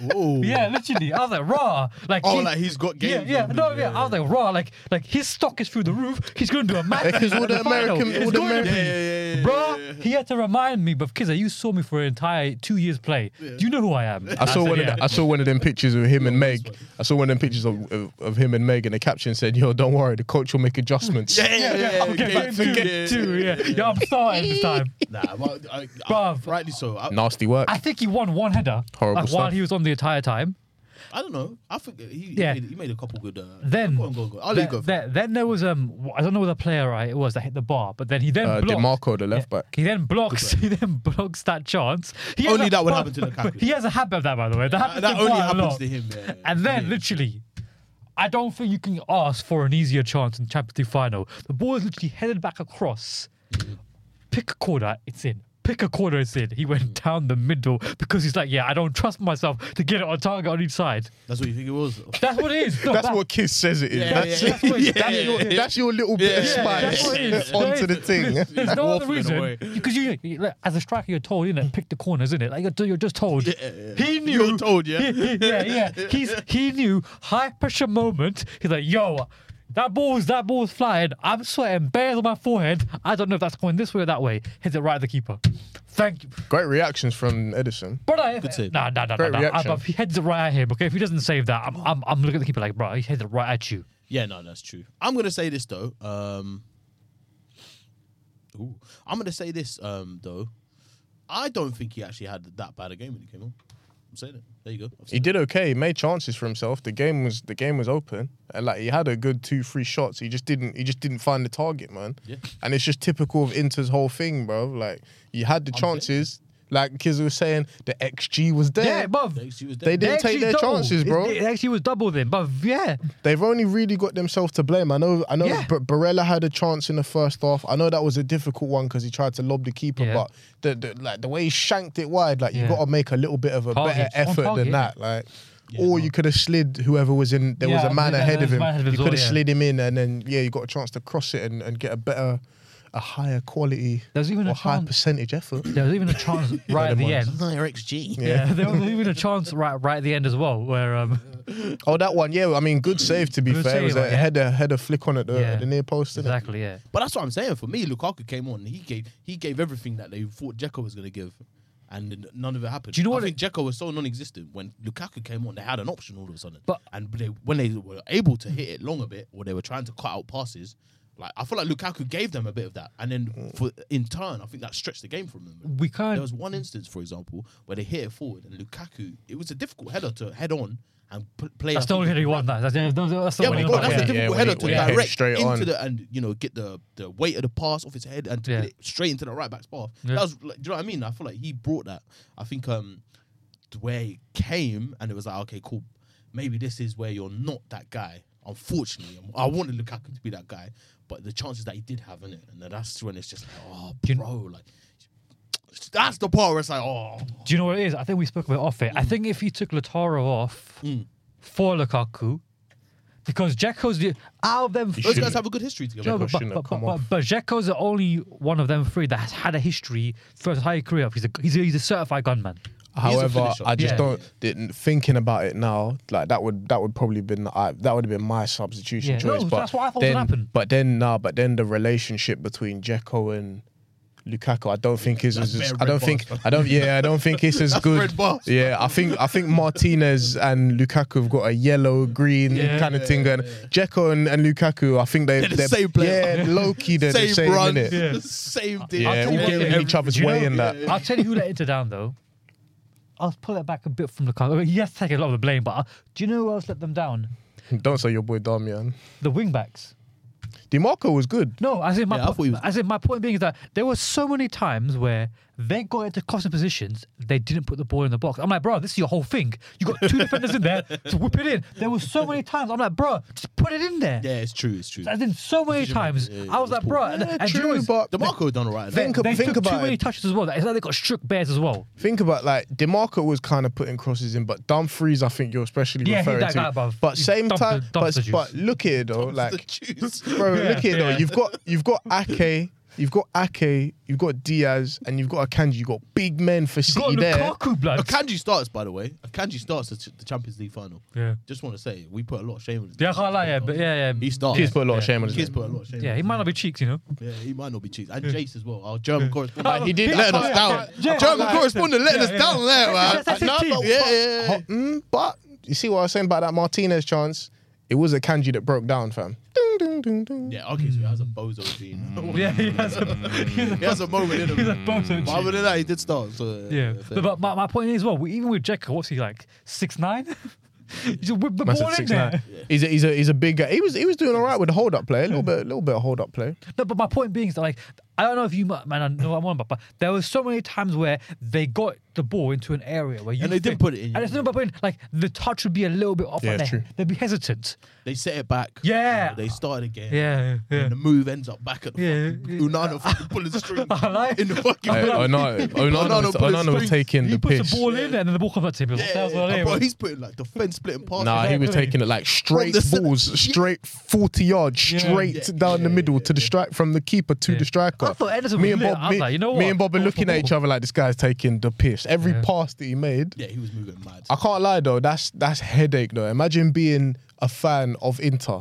S3: Whoa.
S4: *laughs* Yeah, literally. I was like, raw. Like,
S3: Oh, like he's got
S4: Yeah,
S3: game.
S4: yeah, no, yeah. I was like, raw. Like, like his stock is through the roof. He's going to do a match.
S5: *laughs* Because all the American- all the American-
S3: Yeah, yeah, yeah, yeah,
S4: Bro, he had to remind me, but Kizza, you saw me for an entire two years play. Do you know who I am?
S5: I saw
S4: said,
S5: one.
S4: yeah.
S5: Of the, I saw one of them pictures of him and Meg. I saw one of them pictures of, of, of him and Meg, and the caption said, "Yo, don't worry, the coach will make adjustments."
S3: Yeah, yeah, yeah, yeah,
S4: I'm
S3: game
S4: getting
S3: two,
S4: two,
S3: yeah,
S4: get two, yeah. Yeah, I'm starting this time.
S3: Nah, but I, I,
S4: Bruv.
S3: rightly so. I,
S5: Nasty work.
S4: I think he won one header
S5: Horrible
S4: like, while
S5: stuff.
S4: he was on the entire time.
S3: I don't know. I think he,
S4: Yeah.
S3: he, made, he made a couple good. Uh,
S4: Then,
S3: go on, go on, go on. I'll let
S4: then,
S3: you go. first.
S4: then, then there was um I don't know what the player right it was that hit the bar, but then he then
S5: Uh,
S4: blocked.
S5: Demarco, the left back.
S4: He then blocks. *laughs* He then blocks that chance. He has
S3: Only
S4: a-
S3: that would
S4: but-
S3: happen to
S4: but- but
S3: Lukaku.
S4: He has a habit of that, by the way. That, happens
S3: that
S4: to
S3: only
S4: quite a
S3: happens
S4: lot.
S3: to him. Yeah, yeah.
S4: And then, literally, I don't think you can ask for an easier chance in Champions League final. The ball is literally headed back across. Pick a corner, it's in. pick a corner and said he went
S5: Mm.
S4: down the middle because he's like, yeah, I don't trust myself to get it on target on each side.
S3: That's what you think it was.
S4: That's what it is.
S5: *laughs*
S4: No,
S5: That's
S4: that-
S5: what Kiss says it is.
S3: Yeah,
S5: that's,
S3: yeah,
S4: that's what it is.
S5: that's
S4: Yeah,
S5: your,
S4: yeah,
S5: that's your little bit
S4: yeah,
S5: of
S4: that's what it is.
S5: spice onto the
S4: That
S5: thing.
S4: is- There's no other
S3: waffling away.
S4: reason because you, you- like, as a striker, you're told, you know, pick the corners, isn't it? Like you're, you're just told. He knew.
S3: You're told, yeah?
S4: *laughs* yeah, yeah. He's he knew high pressure moment. He's like, yo, that ball's that ball's flying. I'm sweating, bears on my forehead. I don't know if that's going this way or that way. Hits it right at the keeper. Thank you,
S5: *laughs* Great reactions from Edison.
S4: but I
S3: Good save.
S4: Nah, nah, nah, nah.
S5: Great
S4: nah. I,
S5: reaction.
S4: if he heads it right at him, okay. If he doesn't save that, I'm I'm, I'm looking at the keeper like, bro, he heads it right at you.
S3: Yeah, no, that's true. I'm gonna say this though. Um, ooh, I'm gonna say this um, though. I don't think he actually had that bad a game when he came on. I'm saying it. There you go. I've
S5: He
S3: said
S5: did okay. He made chances for himself. The game was the game was open. And like he had a good two, three shots. He just didn't he just didn't find the target, man.
S3: Yeah.
S5: And it's just typical of Inter's whole thing, bro. Like you had the chances. Like kids was saying, the XG was there.
S4: Yeah, bruv.
S3: it. He was
S5: They did. didn't
S3: dead.
S4: They
S5: take their
S4: actually
S5: chances, bro.
S4: It, it actually was double then, but yeah,
S5: They've only really got themselves to blame. I know. I know.
S4: Yeah.
S5: Bar- Barella had a chance in the first half. I know that was a difficult one because he tried to lob the keeper,
S4: Yeah.
S5: but the, the like the way he shanked it wide, like you
S4: Yeah.
S5: got to make a little bit of a
S4: Target.
S5: better
S4: On
S5: effort
S4: target.
S5: than that, like.
S3: Yeah,
S5: or
S3: no.
S5: you could have slid whoever was in. There was
S4: Yeah,
S5: a man
S4: yeah,
S5: ahead
S4: there
S5: of
S4: was a
S5: him.
S4: man ahead of
S5: You
S4: him as well,
S5: could have
S4: yeah.
S5: slid him in, and then yeah, you got a chance to cross it and, and get a better, a higher quality
S4: There's even a
S5: or high
S4: chance-
S5: percentage effort.
S4: there was even
S5: *laughs*
S4: a chance right at the end. *laughs*
S3: Higher XG.
S4: Yeah, *laughs* there was even a chance right right at the end as well where um
S5: Oh, that one, yeah. I mean, good save to be
S4: Good
S5: fair. it was
S4: save,
S5: a
S4: yeah.
S5: header, header flick on at the,
S4: Yeah.
S5: the near post. innit?
S4: exactly yeah.
S3: But that's what I'm saying. For me, Lukaku came on. He gave he gave everything that they thought Dzeko was going to give, and n- none of it happened.
S4: Do you know
S3: I
S4: what
S3: think Dzeko was so non-existent when Lukaku came on. They had an option all of a sudden,
S4: But-
S3: and they, when they were able to hit it long a bit, or they were trying to cut out passes. Like I feel like Lukaku gave them a bit of that, and then for in turn, I think that stretched the game from them.
S4: We can't.
S3: There was one instance, for example, where they hit it forward, and Lukaku. It was a difficult header to head on and p- play. I
S4: that's the
S3: think
S4: only
S3: it
S4: header he
S3: was
S4: won. That that's, the- that's, the- that's the
S3: yeah,
S4: one
S3: but
S4: he
S3: bro,
S4: won.
S3: that's
S4: yeah.
S3: a
S5: diff-
S3: difficult
S5: when
S3: header
S5: it-
S3: to
S5: when it heads
S3: direct
S5: straight
S3: into
S5: on.
S3: the and you know get the the weight of the pass off his head and to
S4: Yeah.
S3: get it straight into the right back's path.
S4: Yeah.
S3: That was, like, do you know what I mean? I feel like he brought that. I think um where he came and it was like okay, cool, maybe this is where you're not that guy. Unfortunately, I wanted Lukaku to be that guy, but the chances that he did have in it, and that's when it's just like, oh,
S4: Do you-
S3: bro, like that's the part where it's like, oh,
S4: Do you know what it is? I think we spoke about it off it.
S3: Mm.
S4: I think if you took Lataro off for Lukaku, because Jacko's the out of them.
S3: those
S4: three-
S3: guys have a good history together.
S4: No,
S5: Dzeko
S4: but, but,
S5: shouldn't
S4: but,
S5: have come
S4: but,
S5: off.
S4: but Dzeko's the only one of them three that has had a history for his entire career. He's a, he's a, he's a certified gunman.
S3: He is a
S5: However,
S3: finisher.
S5: I just
S4: Yeah.
S5: don't. didn't- Thinking about it now, like that would that would probably been I, that would have been my substitution
S4: Yeah.
S5: choice.
S4: No,
S5: but
S4: that's what I thought would
S5: then,
S4: happen.
S5: But then, nah. But then the relationship between Jeko and Lukaku, I don't think is
S3: That's
S5: as,
S3: bare
S5: I
S3: red
S5: don't think
S3: bars,
S5: I don't yeah I don't think
S3: *laughs*
S5: it's as good.
S3: red bars.
S5: Yeah, I think I think Martinez and Lukaku have got a yellow green
S4: Yeah.
S5: kind of thing, and Jeko and, and Lukaku, I think they
S3: They're the
S5: they're-
S3: same player.
S5: Yeah, low key they're the
S3: same,
S5: same
S3: run,
S5: innit?
S4: Yeah.
S3: *laughs* same thing.
S5: Yeah, all
S4: you what,
S5: getting in each other's
S4: Do you
S5: way
S4: know-
S5: in that.
S4: I'll tell you who let Inter down though. I'll pull it back a bit from Lukaku. I mean, He has taken a lot of the blame, but uh, do you know who else let them down?
S5: Don't say your boy Damian.
S4: The wing backs.
S5: Demarco was good.
S4: No, as in my
S3: Yeah, I thought he was-
S4: as in my point being is that there were so many times where they got into crossing positions, they didn't put the ball in the box. I'm like, bro, this is your whole thing. You got two defenders in there to whip it in. There were so many times I'm like, bro, just put it in there.
S3: Yeah, it's true. It's true.
S4: As in so many times, I was like, bro, and, and you know, it's-
S5: but
S3: DeMarco done all right.
S5: Think
S4: they
S5: think
S4: took too
S5: about it.
S4: many touches as well. It's like they got shook bears as well.
S5: Think about like Demarco was kind of putting crosses in, but Dumfries, I think you're especially
S4: Yeah, he-
S5: referring
S4: that
S5: to.
S4: guy above.
S5: But
S4: He's
S5: same
S4: dumped
S5: time,
S4: the- dumped
S5: but,
S4: the juice.
S5: but look here though,
S3: the *laughs*
S5: like
S3: juice.
S5: *laughs* bro,
S4: Yeah,
S5: look here though.
S4: yeah.
S5: You've got you've
S4: *laughs*
S5: got Ake, you've got Ake, you've got Diaz, and you've got Akanji. You've got big men for
S4: Got
S5: City there.
S4: Lukaku blood.
S3: Akanji starts, by the way. Akanji starts the, the Champions League final.
S4: Yeah.
S3: Just want to say, we put a lot of shame on him.
S4: Yeah, I can't lie, yeah, but yeah, yeah.
S3: He starts.
S5: Kids put a lot of shame on his
S3: Kids
S5: name.
S3: put a lot of shame.
S4: Yeah,
S3: on
S4: he
S3: him.
S4: might not be cheeks, you know. *laughs*
S3: Yeah, he might not be cheats. And Jace as well, our German correspondent.
S5: But Oh, he did-
S3: letting us
S5: Yeah,
S3: down.
S4: yeah,
S3: German
S4: yeah.
S3: correspondent letting
S4: Yeah,
S3: us
S4: yeah.
S3: down there, man.
S4: That's- that's
S3: No,
S4: his
S3: but
S4: team.
S3: yeah, yeah, yeah.
S5: Ho- mm, but you see what I was saying about that Martinez chance? It was Akanji that broke down, fam. Ding, ding, ding, ding.
S3: Yeah, okay, so he has a bozo
S4: *laughs*
S3: gene. *laughs*
S4: Yeah, he has a, he's a,
S3: He has a moment in
S4: he's a
S3: him.
S4: bozo
S3: But
S4: cheek.
S3: other than that, he did start. So,
S4: Yeah,
S3: fair.
S4: but, but my, my point is, well, we- even with Jekyll, what's he like? Six nine? *laughs* you just whip the
S5: Massive
S4: ball
S5: 6'9".
S4: in there.
S5: He's a he's a he's a big guy. He was he was doing all right with the hold up play, a little bit a little bit of hold up play.
S4: No, but my point being is that like I I don't know if you mu- man, I know what I'm on about, but there was so many times where they got the ball into an area where you
S3: And they didn't put it in,
S4: And it's not about putting like the touch would be a little bit off.
S5: Yeah,
S4: and
S5: it's
S4: they-
S5: true.
S4: They'd be hesitant.
S3: They set it back. You
S4: Yeah.
S3: know, they started again.
S4: Yeah, yeah.
S3: And the move ends up back at the
S4: Yeah,
S3: fucking
S4: yeah.
S3: Unana fucking pulling the string
S4: *laughs* *laughs* I like-
S3: in the fucking.
S5: I, I know. Onana was,
S3: put his
S5: Onana was
S3: string-
S5: taking
S4: He
S5: the
S4: puts
S5: piss.
S4: the ball in and then the ball comes back to him. Like,
S3: Yeah,
S4: that was what I
S3: bro,
S4: mean.
S3: he's putting like defense splitting passes.
S5: Nah, he was
S4: Exactly.
S5: taking it like straight
S3: the center-
S5: balls, straight forty yards,
S4: Yeah.
S5: straight
S3: Yeah,
S5: down the
S3: yeah,
S5: middle
S3: yeah,
S5: to the strike from the keeper to
S4: Yeah.
S5: the striker.
S4: I thought Ederson was
S5: and
S4: lit. I was
S5: me,
S4: like, you know
S5: me
S4: what?
S5: and Bob are
S4: Go
S5: looking
S4: for
S5: at each
S4: ball.
S5: other like this guy's taking the piss. Every
S4: Yeah.
S5: pass that he made,
S3: yeah, he was moving mad.
S5: I can't lie though, that's that's headache though. Imagine being a fan of Inter.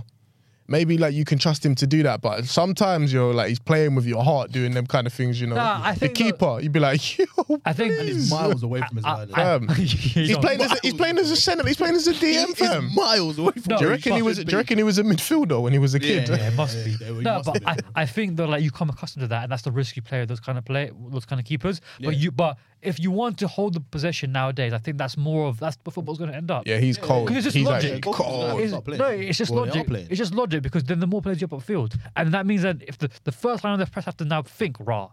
S5: Maybe like you can trust him to do that, but sometimes you're like he's playing with your heart doing them kind of things, you know.
S4: Nah, I think
S5: the
S4: that-
S5: keeper, you'd be like, *laughs* yo,
S4: I think
S3: and *laughs* he's miles away from his
S4: I-
S3: island.
S4: I-
S5: fam.
S4: *laughs*
S5: he's
S4: don't-
S5: playing as a, he's playing as a centre, he's playing as a
S3: He
S5: DM
S3: is
S5: fam.
S3: miles away from.
S4: No,
S5: Do you
S4: he
S5: reckon he
S4: fucking
S5: was? Do
S3: big.
S5: you reckon he was a midfielder when he was a
S3: Yeah,
S5: kid?
S4: Yeah, it must be.
S3: Yeah, well, he
S4: no,
S3: must
S4: but
S3: be.
S4: I,
S3: *laughs*
S4: I think though, like you come accustomed to that, and that's the risky player, those kind of play, those kind of keepers. But
S3: Yeah.
S4: you, but if you want to hold the possession nowadays, I think that's more of that's where football's going to end
S5: *laughs*
S4: up.
S5: Yeah, he's cold.
S4: Because it's just
S5: he's
S4: logic.
S5: actually
S3: Both of them
S5: cold.
S3: Oh,
S4: It's-
S3: stop playing.
S4: no, it's just
S3: Well, they are
S4: logic.
S3: playing.
S4: It's just logic because then the more players you have upfield, and that means that if the, the first line of the press have to now think, rah,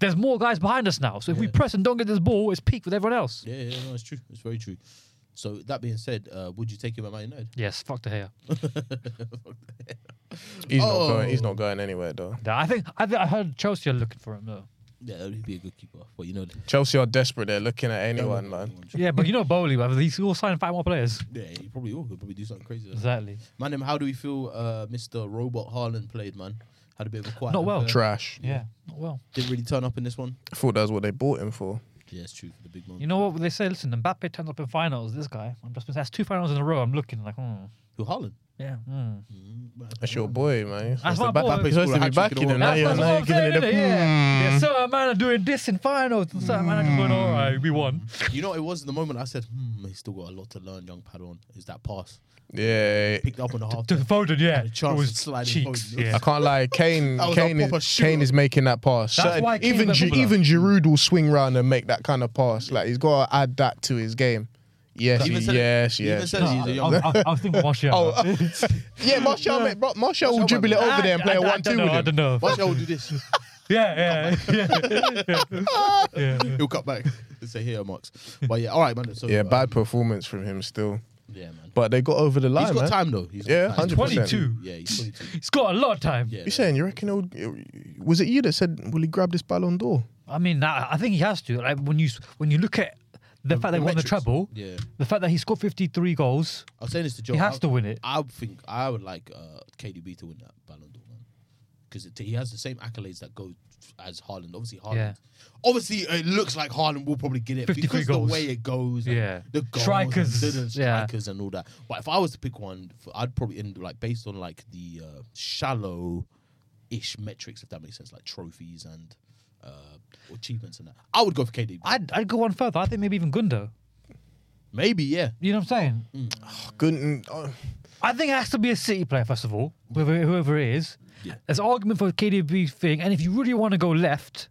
S4: there's more guys behind us now. So if we press and don't get this ball, it's peak with everyone else.
S3: Yeah, yeah, no, it's true. It's very true. So that being said, uh, would you take him at Man United?
S4: Yes, fuck the hair.
S5: He's
S3: Oh.
S5: not going. He's not going anywhere though.
S4: I think I, think I heard Chelsea are looking for him though.
S3: *laughs* Yeah, that would be a good keeper. But you know,
S5: Chelsea are desperate. They're looking at anyone, man.
S4: Yeah, but you know Bowley, but he's all signed five more players.
S3: yeah, he probably will. He'll probably do something crazy.
S4: Exactly.
S3: Man, um, how do we feel? Uh, Mr. Robot Haaland played, man. Had a bit of a quiet.
S4: Not well.
S3: affair.
S5: Trash.
S4: Yeah. Not well.
S3: Didn't really turn up in this one.
S5: I thought that's what they bought him for.
S3: Yeah, it's true for the big man.
S4: You know what they say? Listen, Mbappe turns up in finals. This guy, I'm just that's two finals in a row. I'm looking like, hmm,
S3: Who Haaland? Mm,
S4: yeah. Hmm.
S5: That's your boy, man.
S4: That's my
S5: the ba-
S4: boy.
S5: Mbappe's supposed to be
S3: Hat-trick
S5: back
S3: in
S5: in
S3: all
S5: it. Now
S4: That's-
S5: you're
S4: that's what
S5: now you're
S4: I'm
S5: giving
S4: saying,
S5: it
S4: innit?
S5: a. hmm.
S4: Yeah. yeah, certain man are doing this in finals, and certain man are just going, all right, we won.
S5: Hmm.
S3: You know, it was the moment I said, hmm, he's still got a lot to learn, young Padawan. Is that pass?
S5: Yeah.
S3: Picked up
S5: *laughs*
S3: on the half.
S4: To Foden, yeah.
S3: Had a chance
S4: it was
S3: to slide in
S4: cheeks,
S3: Foden.
S4: *laughs* yeah.
S5: I can't lie, Kane.
S3: That was a
S5: Kane
S3: proper
S5: is,
S3: shooter.
S5: Kane is making that pass.
S4: That's
S5: Certain-
S4: why Kane's
S5: even
S4: a
S5: Ju-
S4: footballer.
S5: even Giroud will swing round and make that kind of pass. Like he's got to add that to his game. Yes,
S3: Even
S5: he-
S3: said it-
S5: yes,
S3: he even
S5: yes.
S3: said
S5: yes.
S3: he's a
S4: I,
S3: young
S4: was- I, I was thinking Martial.
S5: Oh, yeah, Martial, mate, bro, Martial will
S3: might
S5: dribble
S3: be-
S5: it over there and
S4: I-
S5: play
S4: I-
S5: a
S4: I
S5: one-two with
S4: don't know,
S5: him.
S4: I don't know.
S3: Watch how we'll do this. *laughs*
S4: Yeah, yeah, yeah. *laughs* yeah. yeah.
S3: He'll cut back and say, here, Max. But yeah, all right, man. So,
S5: Yeah,
S3: uh,
S5: bad performance from him still.
S3: Yeah, man.
S5: But they got over the line,
S3: He's got
S5: man.
S3: time, though. He's got
S5: Yeah,
S3: time.
S5: 100%.
S4: 22.
S3: Yeah, he's 22.
S4: He's got a lot of time.
S3: Yeah.
S5: You saying you reckon he'll, was it you that said will he grab this Ballon d'Or?
S4: I mean, I, I think he has to. Like when you s- when you look at the, fact they
S3: the
S4: won the
S3: metrics.
S4: treble,
S3: Yeah.
S4: the fact that he scored 53 goals,
S3: I was saying this to Joe.
S4: he has
S3: I,
S4: to win it.
S3: I would think I would like uh, KDB to win that Ballon d'Or, man. Because he has the same accolades that go as Haaland. Obviously, Haaland.
S4: Yeah.
S3: Obviously, it looks like Haaland will probably get it
S4: 53
S3: because
S4: goals.
S3: the way it goes. and
S4: Yeah.
S3: The goals
S4: Strikers,
S3: And the
S4: yeah.
S3: strikers and all that. But if I was to pick one, f- I'd probably end like based on like the uh, shallow ish metrics, if that makes sense, like trophies and uh, achievements and that. I would go for KDB.
S4: I'd, I'd go one further. I think maybe even Gundo.
S3: Maybe, yeah.
S4: You know what I'm saying?
S5: Good. Oh,
S4: I think it has to be a City player first of all, whoever, whoever it is.
S3: Yeah.
S4: There's argument for KDB thing, and if you really want to go left,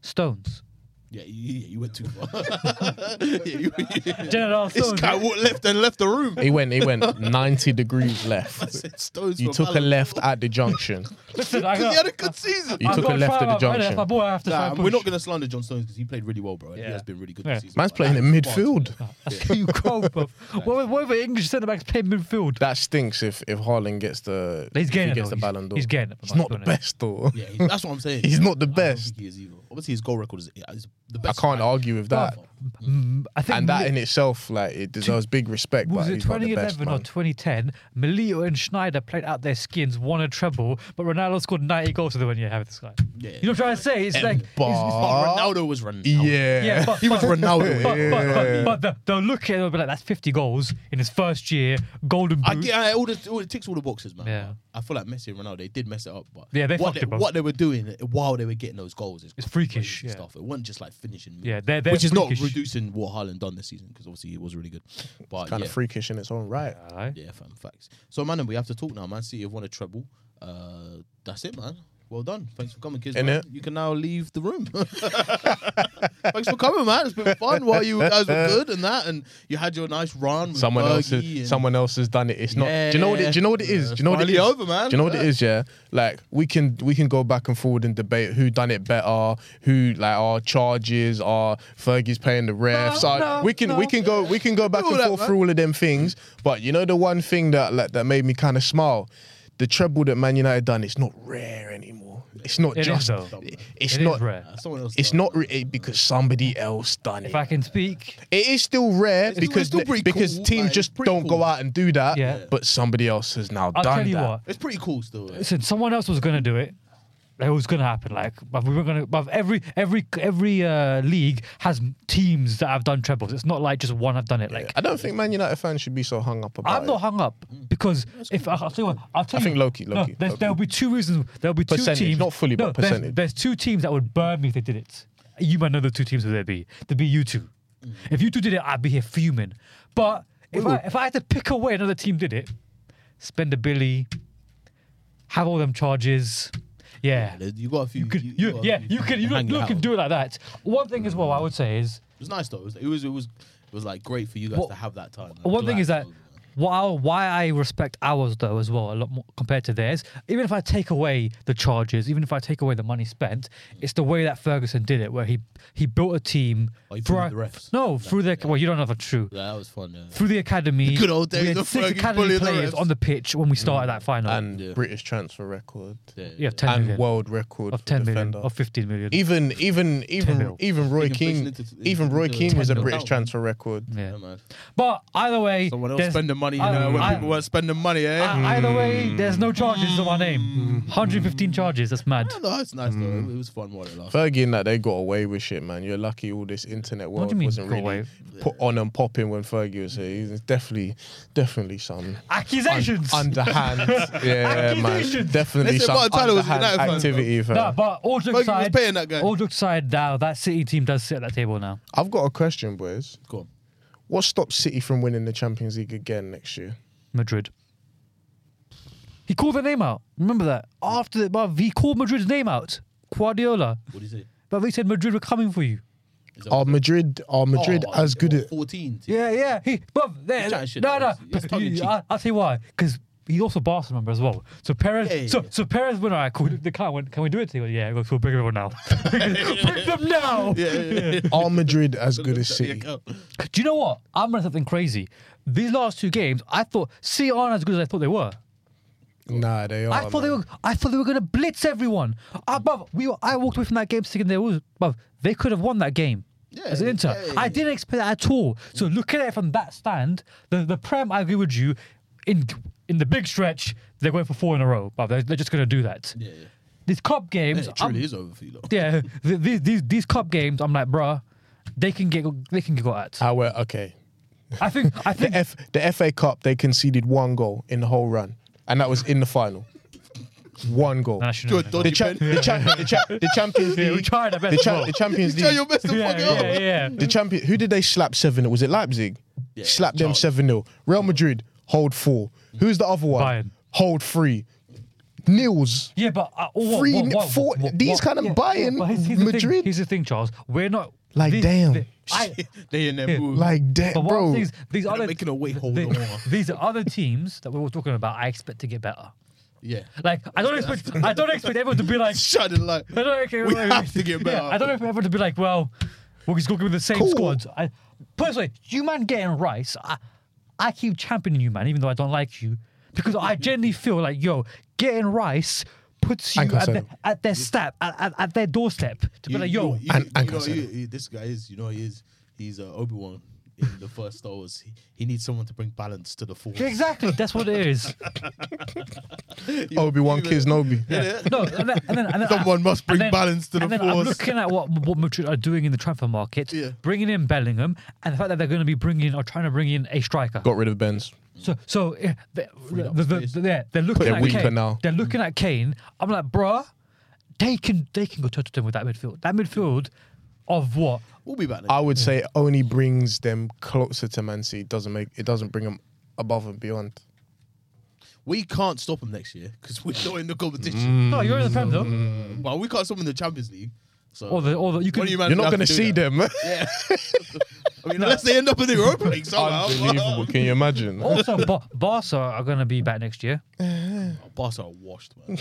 S4: Stones.
S3: Yeah, you, yeah, you went too far. *laughs* yeah, you, *laughs*
S4: General
S3: This
S4: Stones.
S3: guy walked left and left the room.
S5: he went. He went ninety degrees
S3: *laughs*
S5: left.
S3: Said Stones
S5: You
S3: for
S5: took a
S3: Ballon
S5: left at the junction.
S4: Listen,
S3: d'Or.
S4: I
S3: 'Cause
S4: got,
S3: he had a good season.
S5: You
S4: I've
S5: took
S4: got
S5: a
S4: to
S5: left
S4: try
S5: at the
S4: my- right left,
S5: junction.
S4: My boy, I have to try
S3: Nah,
S4: and
S3: we're not
S4: push.
S3: going to slander John Stones because he played really well, bro. and He
S4: Yeah.
S3: has been really good
S4: Yeah.
S3: this season.
S5: Man's
S3: but
S5: playing
S3: that
S5: in
S3: is far too
S5: midfield.
S3: left.
S4: *laughs* you
S5: *laughs*
S4: go, bruv. Whatever, whatever English centre backs play midfield,
S5: That stinks. If if Haaland gets the,
S4: he's
S5: if
S4: getting
S5: he
S4: it.
S5: gets
S4: though.
S5: the Ballon d'Or.
S4: He's getting it.
S5: He's not the best though.
S3: Yeah, he- that's what I'm saying.
S5: He's not the
S3: I don't
S5: best.
S3: think He is either. Obviously, his goal record is, is
S5: *laughs*
S3: the
S5: I
S3: best.
S5: can't argue with that.
S4: Mm, I think
S5: And that in itself, like, it deserves big respect.
S4: was
S5: but
S4: it
S5: he's not the best,
S4: 2011 or
S5: man.
S4: 2010? Milito and Schneider played out their skins, won a treble, but Ronaldo scored 90 goals, so they went, "Yeah, have this guy."
S3: Yeah.
S4: You know what I'm trying to say? It's like, it's-
S5: But-
S3: But *laughs* Ronaldo was Ronaldo.
S5: Yeah.
S4: yeah, but,
S3: He was
S4: but-
S3: Ronaldo.
S4: But, but,
S5: Yeah.
S4: but, but the, they'll look at it and be like, "That's 50 goals in his first year, golden boot."
S3: I get I, all the all, it ticks all the boxes, man.
S4: Yeah.
S3: I feel like Messi and Ronaldo they did mess it up, but
S4: Yeah, they
S3: what,
S4: fucked
S3: they,
S4: it, bro.
S3: what they were doing while they were getting those goals is
S4: It's freakish,
S3: crazy
S4: yeah.
S3: stuff. It wasn't just like finishing, moves,
S4: Yeah, they're- they're
S3: which is
S4: freakish.
S3: not reducing what Haaland done this season because obviously it was really good, but
S5: Kind
S3: yeah,
S5: of freakish in its own right.
S4: Alright.
S3: yeah, fam, facts. So man, we have to talk now. Man City have won a treble. Uh, that's it, man. Well done. Thanks for coming, kids.
S5: Innit?
S3: man. You can now leave the room. *laughs* Thanks for coming, man. It's been fun while you guys were good and that, and you had your nice run. With
S5: someone else
S3: Bergie and-
S5: has, someone else has done it. It's not. Do you know what? It,
S3: Yeah.
S5: do you know what it is? Do you know what it
S3: Finally
S5: is?
S3: over, man.
S5: Do you know what it is? Yeah, like we can we can go back and forward and debate who done it better, who like our charges, our Fergie's paying the refs.
S4: No,
S5: our-
S4: no,
S5: we can we can go we can go back
S3: all
S5: and
S3: that,
S5: forth
S3: man.
S5: through all of them things. But you know the one thing that like that made me kind of smile, the treble that Man United done. It's not rare anymore. It's not
S4: It is,
S5: just.
S4: though.
S5: it- it's
S4: It is
S5: not.
S4: rare.
S3: Ah, Someone else.
S5: It's not re- eh, because somebody else done it.
S4: If I can speak,
S5: It is still rare
S3: It's still-
S5: because
S3: it's still
S5: n-
S3: pretty
S5: because
S3: cool,
S5: teams
S3: like,
S5: just
S3: pretty
S5: don't
S3: cool.
S5: go out and do that.
S4: Yeah.
S5: But somebody else has now
S4: I'll
S5: done
S4: tell you
S5: that.
S4: what.
S3: It's pretty cool still. eh?
S4: Listen, someone else was gonna do it. It was gonna happen. Like, but we were gonna. But every every every uh, league has teams that have done trebles. It's not like just one have done it. Like,
S5: I don't think Man United fans should be so hung up about
S4: I'm not
S5: it.
S4: hung up because if I, will tell you what, I'll tell
S5: Mm. I
S4: you.
S5: think low-key,
S4: no,
S5: low-key,
S4: there's-
S5: low-key.
S4: There'll be two reasons. There'll be two
S5: Percentage,
S4: teams.
S5: not fully, but
S4: no, there's-
S5: percentage.
S4: There's, two teams that would burn me if they did it. You might know the two teams that they'd be. They'd be you two.
S5: Mm.
S4: If you two did it, I'd be here fuming. But if I, if I had to pick away another team did it, spend a billy, have all them charges, yeah.
S3: You got a few.
S4: You could,
S3: you-
S4: you,
S3: got a
S4: yeah,
S3: few
S4: you can, you
S3: hanging
S4: look,
S3: out.
S4: can do it like that. One thing as well, I would say is
S3: It was nice though. It was. It was. It was, it was like great for you guys
S4: Well,
S3: to have that time. I'm
S4: One thing
S3: glad
S4: is that
S3: was, man.
S4: why why I respect ours though as well a lot more compared to theirs. Even if I take away the charges, even if I take away the money spent, it's the way that Ferguson did it, where he he built a team.
S3: Oh, he
S4: through-
S3: bullied the refs.
S4: No, through the well, you don't know if it's true.
S3: Yeah, that was fun. Yeah.
S4: Through the academy,
S3: good old
S4: we
S3: days
S4: had
S3: of
S4: six
S3: Fergie
S4: academy
S3: bullying the
S4: players
S3: refs.
S4: on the pitch when we started that final.
S5: And
S3: Yeah.
S5: British transfer record
S3: Yeah,
S4: you have ten
S5: and
S4: million,
S5: world record
S4: of
S5: for
S4: ten million,
S5: defender.
S4: of fifteen million.
S5: even even even
S4: mil.
S5: even Roy
S3: Even pushing
S5: Keane
S3: it to-
S5: even Roy
S3: into the
S5: Keane was a
S3: 10 mil.
S5: British transfer record.
S4: yeah.
S3: Yeah, man.
S4: But either way,
S3: Someone else
S4: there's-
S3: spend the money. You
S4: I-
S3: know, when
S4: I-
S3: people weren't spending money, eh?
S4: I- Either way, there's no charges on my name.
S3: Mm.
S4: 115 charges. That's mad.
S3: no, no, it's nice
S4: Mm.
S3: though. It, it was fun while it lasted.
S5: Fergie and that they got away with shit, man. You're lucky all this internet world
S4: do you mean,
S5: wasn't
S4: got
S5: really
S4: away?
S5: put on and popping when Fergie was here. He's definitely, definitely some
S4: Accusations. *laughs*
S5: underhand, yeah, man.
S4: Accusations.
S5: Definitely
S3: Let's say
S5: some
S3: Martin Tyler was a
S5: underhand
S3: United fan,
S5: activity. fam.
S4: No, but all jokes
S3: Fergie was
S4: aside,
S3: paying that guy.
S4: all jokes aside, now that City team does sit at that table now.
S5: I've got a question, boys.
S3: Go on.
S5: What stops City from winning the Champions League again next year?
S4: Madrid. He called their name out. Remember that after the, bruv, he called Madrid's name out. Guardiola,
S3: What do you say?
S4: but he said Madrid were coming for you.
S5: Are Madrid are Madrid
S3: Oh,
S5: as
S3: they
S5: good
S3: were
S5: at
S3: 14. team.
S4: Yeah, yeah. He, but
S3: He's
S4: no,
S3: trying to shit
S4: no.
S3: on us. He's tongue in
S4: You-
S3: cheek.
S4: I, I'll tell you why. Because he also Barca member as well. So Perez,
S3: Yeah, yeah,
S4: so
S3: yeah.
S4: so Perez went. All right, cool. The car went. Can we do it? He went, yeah, we'll bring everyone now. *laughs* bring
S3: *laughs*
S4: them now.
S3: Yeah, yeah,
S4: *laughs*
S3: yeah.
S4: oh.
S5: are Madrid as good as City?
S3: Yeah, go.
S4: Do you know what? I'm gonna say something crazy. These last two games, I thought City aren't as good as I thought they were.
S5: Nah, they are.
S4: I
S3: Oh,
S4: thought they
S5: man.
S4: were. I thought they were gonna blitz everyone. Uh, bruv, we. Were, I walked away from that game thinking they was. Bruv, they could have won that game. as an Inter,
S3: yeah,
S4: I didn't expect that at all. So looking at it from that stand, the the prem. I agree with you. In in the big stretch, they're going for four in a row. Bruv, they're, they're just gonna do that.
S3: Yeah, yeah.
S4: These cup
S3: It
S4: games. I'm-
S3: truly is over for you,
S4: *laughs*
S3: though.
S4: yeah. th- These these these cup games. I'm like, bruh, they can get they can get got at.
S5: How well- okay.
S4: I think I
S5: The
S3: *laughs*
S4: think
S5: F the FA Cup they conceded one goal in the whole run, and that was in the final. One goal.
S4: Nah, I shouldn't
S3: You're a
S4: have done
S5: The,
S3: dodgy
S4: that.
S5: cha- the, cha- the, cha- the Champions
S4: Yeah,
S5: League.
S4: we tried our best
S5: The,
S4: as
S5: cha-
S4: well.
S5: the Champions League.
S3: Try your best to
S4: yeah,
S3: fuck it up.
S4: yeah, yeah.
S5: The champion. Who did they slap seven? It was it Leipzig.
S3: Yeah,
S5: slap them
S3: Charles.
S5: seven 0 Real Madrid hold four. Who's the other one?
S4: Bayern.
S5: Hold three. Nils.
S4: Yeah, but uh, what,
S5: Three-
S4: what, what,
S5: four-
S4: what- what-
S5: these
S4: what-
S5: kind of
S4: yeah,
S5: Bayern,
S4: but here's, here's The thing,
S5: Madrid.
S4: here's the thing, Charles. We're not
S5: Like,
S4: these-
S5: damn.
S4: the- I,
S3: *laughs* They in their
S4: Yeah.
S3: mood.
S5: Like that,
S4: but what
S5: bro.
S4: I'm saying is, these
S3: They're
S4: other
S3: making a way hold
S4: the-
S3: on.
S4: *laughs* These are other teams that we were talking about. I expect to get better.
S3: Yeah. *laughs*
S4: Like I don't expect I don't expect everyone to be like
S3: Shut it like.
S4: I don't expect,
S3: We have to get better.
S4: Yeah, I don't expect everyone to be like, well, we're just going with the same
S5: Cool.
S4: squad. I, put it this way, you man getting rice. I, I keep championing you, man, even though I don't like you, because I genuinely feel like yo, getting rice puts you
S5: And
S4: at,
S5: Cancelo.
S4: the, at their step, at, at, at their doorstep to be
S3: You-
S4: like, yo,
S3: you- you-
S5: And-
S3: you
S5: and
S3: know,
S5: Cancelo.
S3: you- you- this guy is, you know, he is. He's uh, Obi Wan in the first Star Wars. He, he needs someone to bring balance to the force.
S4: exactly, that's what it is.
S5: Obi Wan
S3: *laughs* you- you-
S5: Kiznobi.
S4: Yeah. No, and then, and then, and then
S3: Someone
S4: I-
S3: must bring
S4: and then-
S3: balance to the
S4: and then I'm
S3: force.
S4: looking at what what Madrid are doing in the transfer market,
S3: Yeah.
S4: bringing in Bellingham, and the fact that they're going to be bringing or trying to bring in a striker.
S5: Got rid of Benz.
S4: So, so yeah, they're,
S3: up
S4: they're,
S3: space.
S4: they're, they're looking
S5: They're
S4: at
S5: weaker
S4: Kane.
S5: now.
S4: They're looking at Kane. I'm like, bruh, they can they can go toe to toe with that midfield. That midfield of what?
S3: We'll be back. Next.
S5: I would say it only brings them closer to Man City. It doesn't make it doesn't bring them above and beyond.
S3: We can't stop them next year because we're not in the competition.
S4: No, you're in the Prem though.
S3: Well, we can't stop them in the Champions League. So
S4: Or the or the you
S3: Mm. what
S4: could
S3: do
S4: you
S3: man
S5: You're not
S3: have
S5: going to
S3: do
S5: see
S3: that? *laughs*
S5: them.
S3: I mean, unless they end up in the Europa League somehow.
S5: Unbelievable. Can you imagine?
S4: also ba- Barca are going to be back next year.
S3: Oh, *laughs* Barca are washed, man.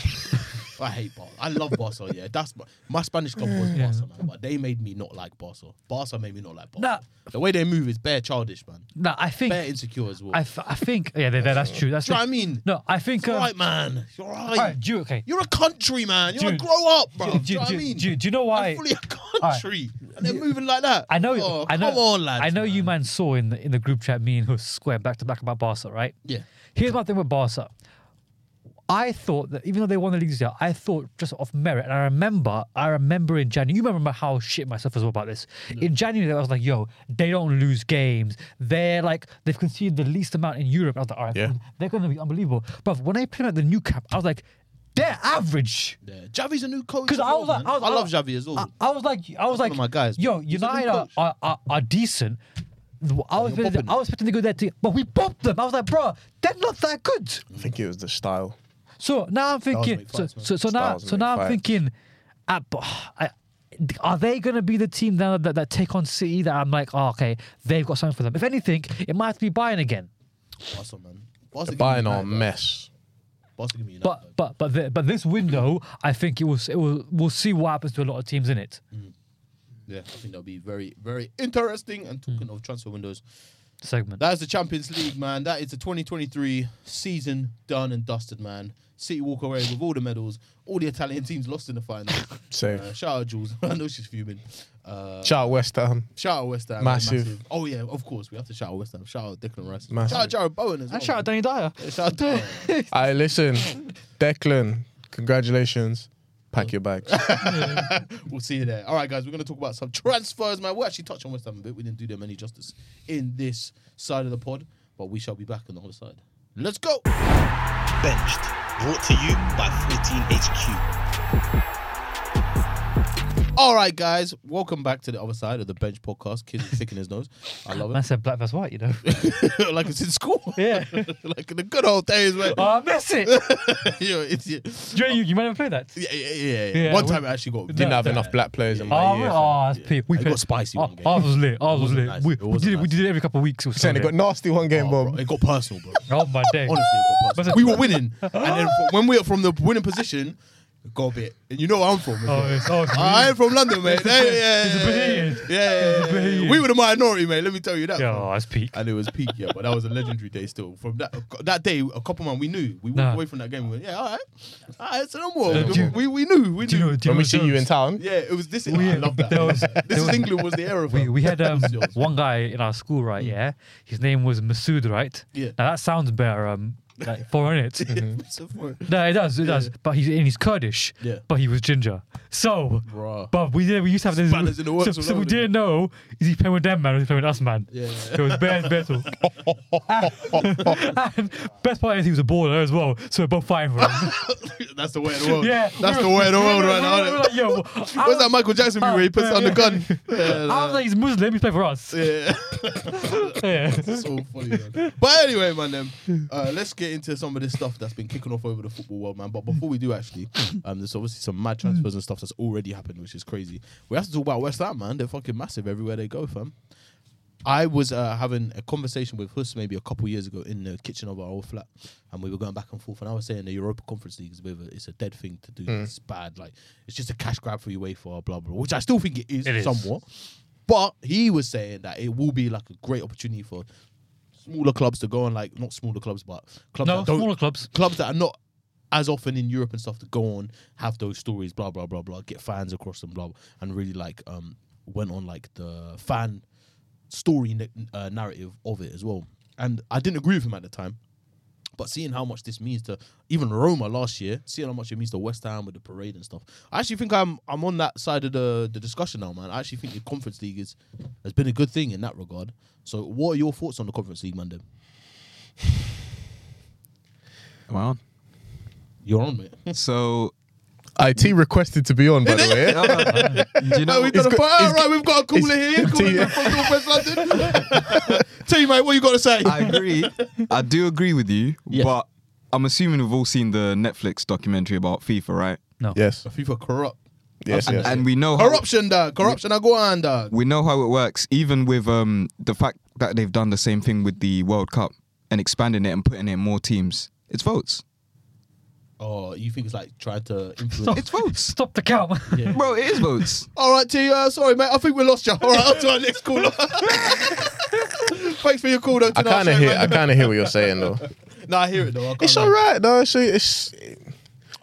S3: I hate Barca. I love Barca. Yeah, that's my, my Spanish club was
S4: Yeah.
S3: Barca, man. But they made me not like Barca. Barca made me not like Barca.
S4: Nah.
S3: The way they move is bare childish, man.
S4: No, I think
S3: Bare insecure as well.
S4: I, f- I think yeah, that- that's true. That's
S3: Do
S4: true.
S3: you know what I mean?
S4: No, I think
S3: It's all
S4: uh,
S3: right, man. You're all right.
S4: all right, Ju- okay.
S3: You're a country man. You're
S4: Dude.
S3: a grow up, bro.
S4: Do,
S3: Do you know what I mean?
S4: do- do you know
S3: I'm
S4: why?
S3: fully a country, and they're moving like that.
S4: I know.
S3: Oh,
S4: I know.
S3: Come on, lads.
S4: I know
S3: man.
S4: you, man, saw in the, in the group chat me and who square back to back about Barca, right?
S3: Yeah.
S4: Here's my thing with Barca. I thought that even though they won the league this year, I thought just off merit, and I remember, I remember in January. You remember how shit myself as well about this. In January, I was like, "Yo, they don't lose games. They're like they've conceded the least amount in Europe." I was like, "All right,
S5: Yeah.
S4: they're going to be unbelievable." But when I played them at the new camp, I was like, "They're average."
S3: Yeah. Javi's a new coach.
S4: Because
S3: as
S4: I
S3: well,
S4: was like,
S3: man.
S4: I, was,
S3: love
S4: was-
S3: Javi as well.
S4: I, I was like, I was
S3: One
S4: like,
S3: of my guys,
S4: yo,
S3: man. He's a good
S4: United are,
S3: coach.
S4: are, are, are decent. I was,
S3: you're
S4: expecting,
S3: bopping
S4: I was expecting to go there too, but we bopped them. I was like, bro, they're not that good.
S5: I think it was the style.
S4: So now I'm thinking.
S3: make
S4: So,
S3: fights, man.
S4: so, so now,
S5: Styles
S4: so
S5: make
S4: now I'm
S5: fights.
S4: thinking. ah, but, I- are they going to be the team that, that that take on City? That I'm like, oh, okay, they've got something for them. If anything, it might have to be buying again.
S3: Barca, man. Barca
S5: The
S3: give me
S5: buying
S3: United,
S5: are a
S3: man.
S5: mess.
S3: Barca give me United.
S4: But but but the, but this window, I think it will it will we'll see what happens to a lot of teams in it.
S3: Yeah, I think that'll be very, very interesting. And
S4: Hmm.
S3: talking of transfer windows,
S4: Segment.
S3: that is the Champions League, man. That is the 2023 season done and dusted, man. City walk away with all the medals. All the Italian teams lost in the
S5: *laughs*
S3: final.
S5: Safe.
S3: Uh, shout out Jules. *laughs* I know she's fuming. Uh,
S5: Shout out West Ham.
S3: shout out West Ham.
S5: Massive.
S3: Oh yeah, of course we have to shout out West Ham. Shout out Declan Rice.
S5: Massive.
S3: Shout out Jared Bowen as well.
S4: and shout out Danny Dyer.
S3: Yeah, shout out
S4: *laughs*
S3: Darren.
S5: Hey,
S3: *laughs*
S5: listen, Declan, congratulations. Pack your bags.
S3: We'll see you there. All right, guys, we're going to talk about some transfers, man. We actually touched on West Ham a bit. We didn't do them any justice in this side of the pod, but we shall be back on the other side. Let's go.
S6: Benched. Brought to you by 14HQ.
S3: All right, guys, welcome back to the other side of the bench podcast. Kid is picking his nose. I love
S4: *laughs* Man said black vs white, you know.
S3: it. *laughs* like it's in school.
S4: Yeah.
S3: like in the good old days, man. *laughs*
S4: oh, I miss *laughs* it.
S3: Yo, it's, yeah,
S4: you, you, you might have played that.
S3: yeah, yeah, yeah.
S4: Yeah,
S3: One
S4: we-
S3: time I actually got. *laughs*
S5: Didn't have enough black players in my
S4: Oh,
S5: year.
S4: oh, that's peak. We
S3: It
S4: played-
S3: got spicy
S4: Oh,
S3: one game.
S4: ours was lit. Ours was
S3: wasn't
S4: lit.
S3: nice.
S4: We,
S3: It
S4: we
S3: wasn't
S4: did it, we
S3: nice.
S4: did it every couple of weeks. It was
S5: Saying
S4: so
S5: it got
S4: lit.
S5: nasty one game,
S3: Oh,
S5: Bob.
S3: bro, it got personal, bro.
S4: Oh
S3: *laughs*
S4: my day.
S3: Honestly, it got personal.
S4: *laughs*
S3: we were winning, *laughs* and then from- when we were from the winning position, it got a bit. And you know where I'm from. as well.
S4: Oh, it's, oh, *laughs* it's
S3: *laughs* I ain't from London, mate. Yeah,
S4: He's a
S3: yeah, yeah,
S4: Bahamian.
S3: yeah,
S4: He's a
S3: yeah, yeah,
S4: Bahamian.
S3: We were the minority, mate. Let me tell you that.
S4: Yeah,
S3: fam.
S4: oh, that's peak.
S3: And it was peak, yeah, but that was a legendary day still. From that that day, a couple man, we knew. We walked
S4: Nah.
S3: away from that game. We went, yeah, all right, all right, so no more.
S4: Uh, do you-
S3: we, we knew, we knew.
S4: Do you know? Do you
S5: When
S4: know
S5: we see you in
S4: Jones?
S5: town,
S3: yeah, it was this.
S4: We-
S3: I love that.
S4: there was-
S3: *laughs* this is England was the era.
S4: We,
S3: fam. *laughs*
S4: we had um,
S3: That was yours.
S4: one guy in our school, right? Yeah, his name was Masood, right?
S3: Hmm. Yeah.
S4: Now that sounds better, um,
S3: *laughs*
S4: like foreign it.
S3: So
S4: *laughs*
S3: for-
S4: No, it does, it does. But he's and he's Kurdish.
S3: Yeah.
S4: But he was ginger. So,
S3: Bruh. *laughs*
S4: but we did. We used to have this.
S3: Spanners in the works
S4: so,
S3: all
S4: so we
S3: over the
S4: didn't know is he playing with them man or is he playing with us man.
S3: Yeah.
S4: It was bad
S3: *laughs*
S4: battle. and best part is he was a baller as well, so we're both fighting for
S3: *laughs*
S4: him.
S3: That's the way of the world.
S4: yeah.
S3: that's
S4: we
S3: the
S4: were-
S3: way of the
S4: we
S3: world
S4: were-
S3: right now.
S4: we *laughs* were
S3: innit?
S4: like, yo, I
S3: Where's
S4: was-
S3: that Michael Jackson movie where he puts
S4: Yeah,
S3: down the *laughs*
S4: yeah.
S3: gun? Yeah,
S4: I was like, he's Muslim. He's playing for us.
S3: yeah.
S4: Yeah.
S3: so funny, man. But anyway, man, um, uh, let's get into some of this stuff that's been kicking off over the football world, man. But before we do, *clears throat* actually, um, there's obviously some mad transfers and stuff that's already happened, which is crazy. We have to talk about West Ham, man. They're fucking massive everywhere they go, fam. I was uh, having a conversation with Hus maybe a couple years ago in the kitchen of our old flat, and we were going back and forth. And I was saying the Europa Conference League is a bit of a, it's a dead thing to do. It's bad, like it's just a cash grab for UEFA, blah blah, blah which I still think it is
S4: It is.
S3: somewhat. But he was saying that it will be like a great opportunity for smaller clubs to go on, like not smaller clubs, but clubs
S4: No,
S3: that don't
S4: smaller clubs.
S3: clubs that are not as often in Europe and stuff to go on, have those stories, blah blah blah blah, get fans across them, blah, blah and really like um went on like the fan story n- uh, narrative of it as well. And I didn't agree with him at the time, but seeing how much this means to even Roma last year, seeing how much it means to West Ham with the parade and stuff, I actually think I'm I'm on that side of the, the discussion now, man. I actually think the Conference League is has been a good thing in that regard. So, what are your thoughts on the Conference League, Mandem?
S7: Wow.
S3: You're on it.
S7: So,
S5: IT requested to be on, by the way.
S7: uh, do you know?
S3: we've got
S5: It's
S3: a
S5: got-
S3: fire.
S5: it's-
S3: All right, we've got a
S5: *laughs*
S3: caller here.
S5: it's-
S3: Calling in from North West *laughs* London. Tell you, mate, what you got to say?
S7: I agree. I do agree with you,
S3: Yes.
S7: but I'm assuming we've all seen the Netflix documentary about FIFA, right?
S5: Yes.
S3: FIFA corrupt.
S5: Yes. Yes.
S7: And we know how,
S3: Corruption, dog. Corruption, I go on, dog.
S7: we know how it works, even with um, the fact that they've done the same thing with the World Cup and expanding it and putting in more teams. It's votes.
S3: Oh, you think it's like trying *laughs* to
S4: Stop.
S3: influence?
S7: It's
S4: *laughs*
S7: votes.
S4: Stop the count.
S7: Bro, it is votes.
S3: All right, T. Uh, sorry, mate. I think we lost you. All right, on to our next *laughs* caller. Thanks for your call, though.
S5: I
S3: tonight,
S5: kind of
S3: Shane,
S5: hear.
S3: man.
S5: I kind of hear what you're saying
S3: *laughs*
S5: though.
S3: Nah, I hear it though. I can't
S5: It's
S3: lie.
S5: all right though. It's it's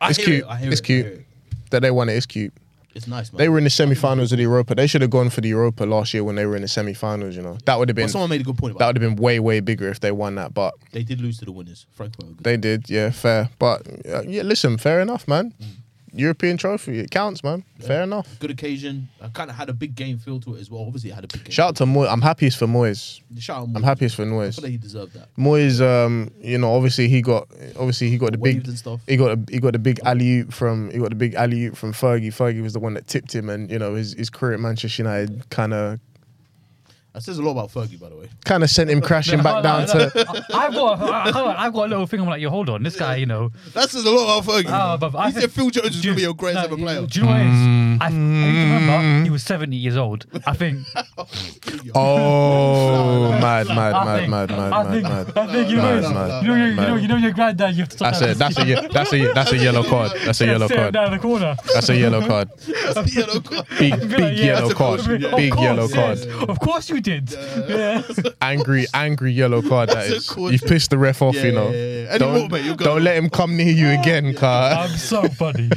S3: I
S5: it's
S3: hear
S5: cute.
S3: It, I hear
S5: It's
S3: it, I
S5: cute.
S3: hear it.
S5: that they won it. It's cute.
S3: It's nice, man.
S5: They were in the semi-finals of the Europa. They should have gone for the Europa last year when they were in the semi-finals. You know that would have
S3: But
S5: been
S3: someone made a good point
S5: that
S3: about
S5: would have been way way bigger if they won that. But
S3: it. They did lose to the winners. Frankfurt. were good.
S5: they did. Yeah, fair. But uh, yeah, listen, fair enough, man.
S3: Mm.
S5: European trophy, it counts, man. Fair enough.
S3: good occasion. I kind of had a big game feel to it as well. Obviously, it had a big game.
S5: Shout out to Moyes. I'm happiest for Moyes.
S3: Shout out
S5: I'm
S3: Moyes.
S5: happiest for
S3: I
S5: Moyes.
S3: feel like he deserved that.
S5: Moyes, um, you know, obviously he got, obviously he got the
S3: Waved
S5: big,
S3: and stuff.
S5: he got, a, he got the big alley oop from, he got the big alley oop from Fergie. Fergie was the one that tipped him, and you know his, his career at Manchester United kind of,
S3: That says a lot about Fergie, by the way.
S5: kind of
S4: *laughs*
S5: sent him crashing back down *laughs* to.
S4: I've got, I- hold on, I've got a little thing. I'm like, yo, hold on, this guy, you know.
S3: That says a lot about Fergie.
S4: Ah, but I
S3: he said
S4: think-
S3: Phil Jones is
S4: Do you-
S3: going to be your greatest ever
S4: no,
S3: *laughs*
S4: you-
S3: player.
S4: Do you know what it
S5: Mm.
S4: is? I, I need to remember he was 70 years old. I
S5: *laughs*
S4: think.
S5: Oh, mad, mad,
S4: I
S5: mad,
S4: think,
S5: mad, mad,
S4: I think,
S5: mad,
S4: I
S5: mad.
S4: think you know,
S5: Mad,
S4: it's-
S5: mad,
S4: you know, your- you
S5: mad.
S4: know, you know your granddad. You have to stop
S5: That's a, that's a, ye- that's a, that's a yellow card. That's a yellow card.
S4: Down the
S3: *laughs*
S4: corner.
S5: That's a yellow card. *laughs*
S3: Yellow card.
S5: Big,
S4: *laughs* Be like,
S5: big
S4: yeah,
S5: yellow
S4: that's a
S5: card.
S4: caution, yeah.
S5: Big
S4: Of
S5: yellow card.
S4: course, yeah. Of course you did. Yeah.
S5: angry, angry yellow card. That
S3: That's a
S5: is.
S3: caution.
S5: You've pissed the ref off.
S3: Yeah,
S5: you know.
S3: yeah, yeah, yeah. Any
S5: Don't,
S3: more, mate, you'll go. *laughs*
S5: don't let him come near you again, car.
S4: I'm so funny.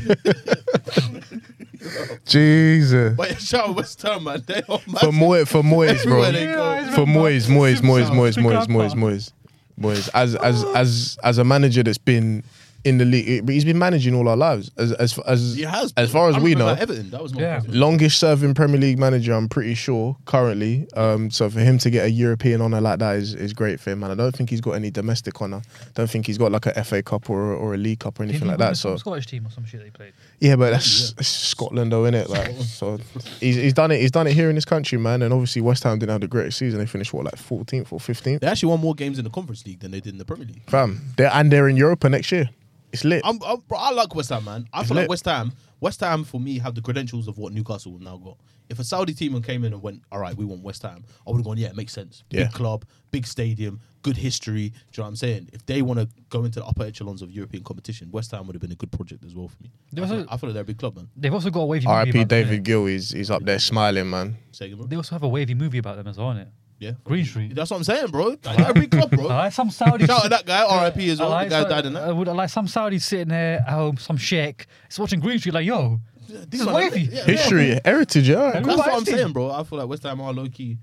S5: Jesus.
S3: But yeah, shout out West Ham, man. They are
S5: For
S3: massive.
S5: Moyes,
S3: *laughs*
S5: for Moyes, bro.
S3: Everywhere they go.
S5: For Moyes, Moyes, Moyes, Moyes, Moyes, Moyes,
S4: Moyes.
S5: Moyes, Moyes. As as as as a manager that's been in the league, but he's been managing all our lives. As as as
S3: He has.
S5: as far as
S3: I
S5: we
S3: remember
S5: know,
S3: Everton. That was my
S4: Yeah.
S3: first one.
S5: longest serving Premier League manager, I'm pretty sure currently. Um, so for him to get a European honor like that is, is great for him, and I don't think he's got any domestic honor. Don't think he's got like a FA Cup or or a League Cup or anything like that. So
S4: Scottish team or some shit they played.
S5: yeah, but that's that's Scotland though, innit? Like so, he's he's done it. He's done it here in this country, man. And obviously West Ham didn't have the greatest season. They finished what like 14th or 15th.
S3: They actually won more games in the Conference League than they did in the Premier League.
S5: Fam, they're and they're in Europa next year. It's lit.
S3: I'm, I'm, bro, I like West Ham, man. I
S5: It's
S3: feel like
S5: lit.
S3: West Ham, West Ham for me have the credentials of what Newcastle have now got. If a Saudi team came in and went, all right, we want West Ham, I would have gone, yeah, it makes sense.
S5: Yeah.
S3: Big club, big stadium, good history. Do you know what I'm saying? If they want to go into the upper echelons of European competition, West Ham would have been a good project as well for me. I
S4: There was
S3: feel,
S4: a-
S3: I feel like they're a big club, man.
S4: They've also got a wavy movie.
S5: R.I.P.
S4: about them,
S5: David Gill. He's he's up there smiling, man.
S3: Say again, bro.
S4: innit? They also have a wavy movie about them as well, innit?
S3: Yeah.
S4: Green Street.
S3: That's what I'm saying, bro. Like, they're a big club,
S4: *laughs* I
S3: bro.
S4: like some Saudi.
S3: Shout out to that guy, RIP as
S4: I
S3: well.
S4: *laughs* like
S3: the guy
S4: some-
S3: died in that.
S4: I would I like some Saudi sitting there at home, some sheikh, is watching Green Street like, yo, this
S3: these
S4: is
S3: man are-
S4: wavy.
S3: yeah,
S5: History, heritage, yeah. all right.
S4: Who
S3: That's what I'm
S4: likes him?
S3: saying, bro. I feel like West Ham are low key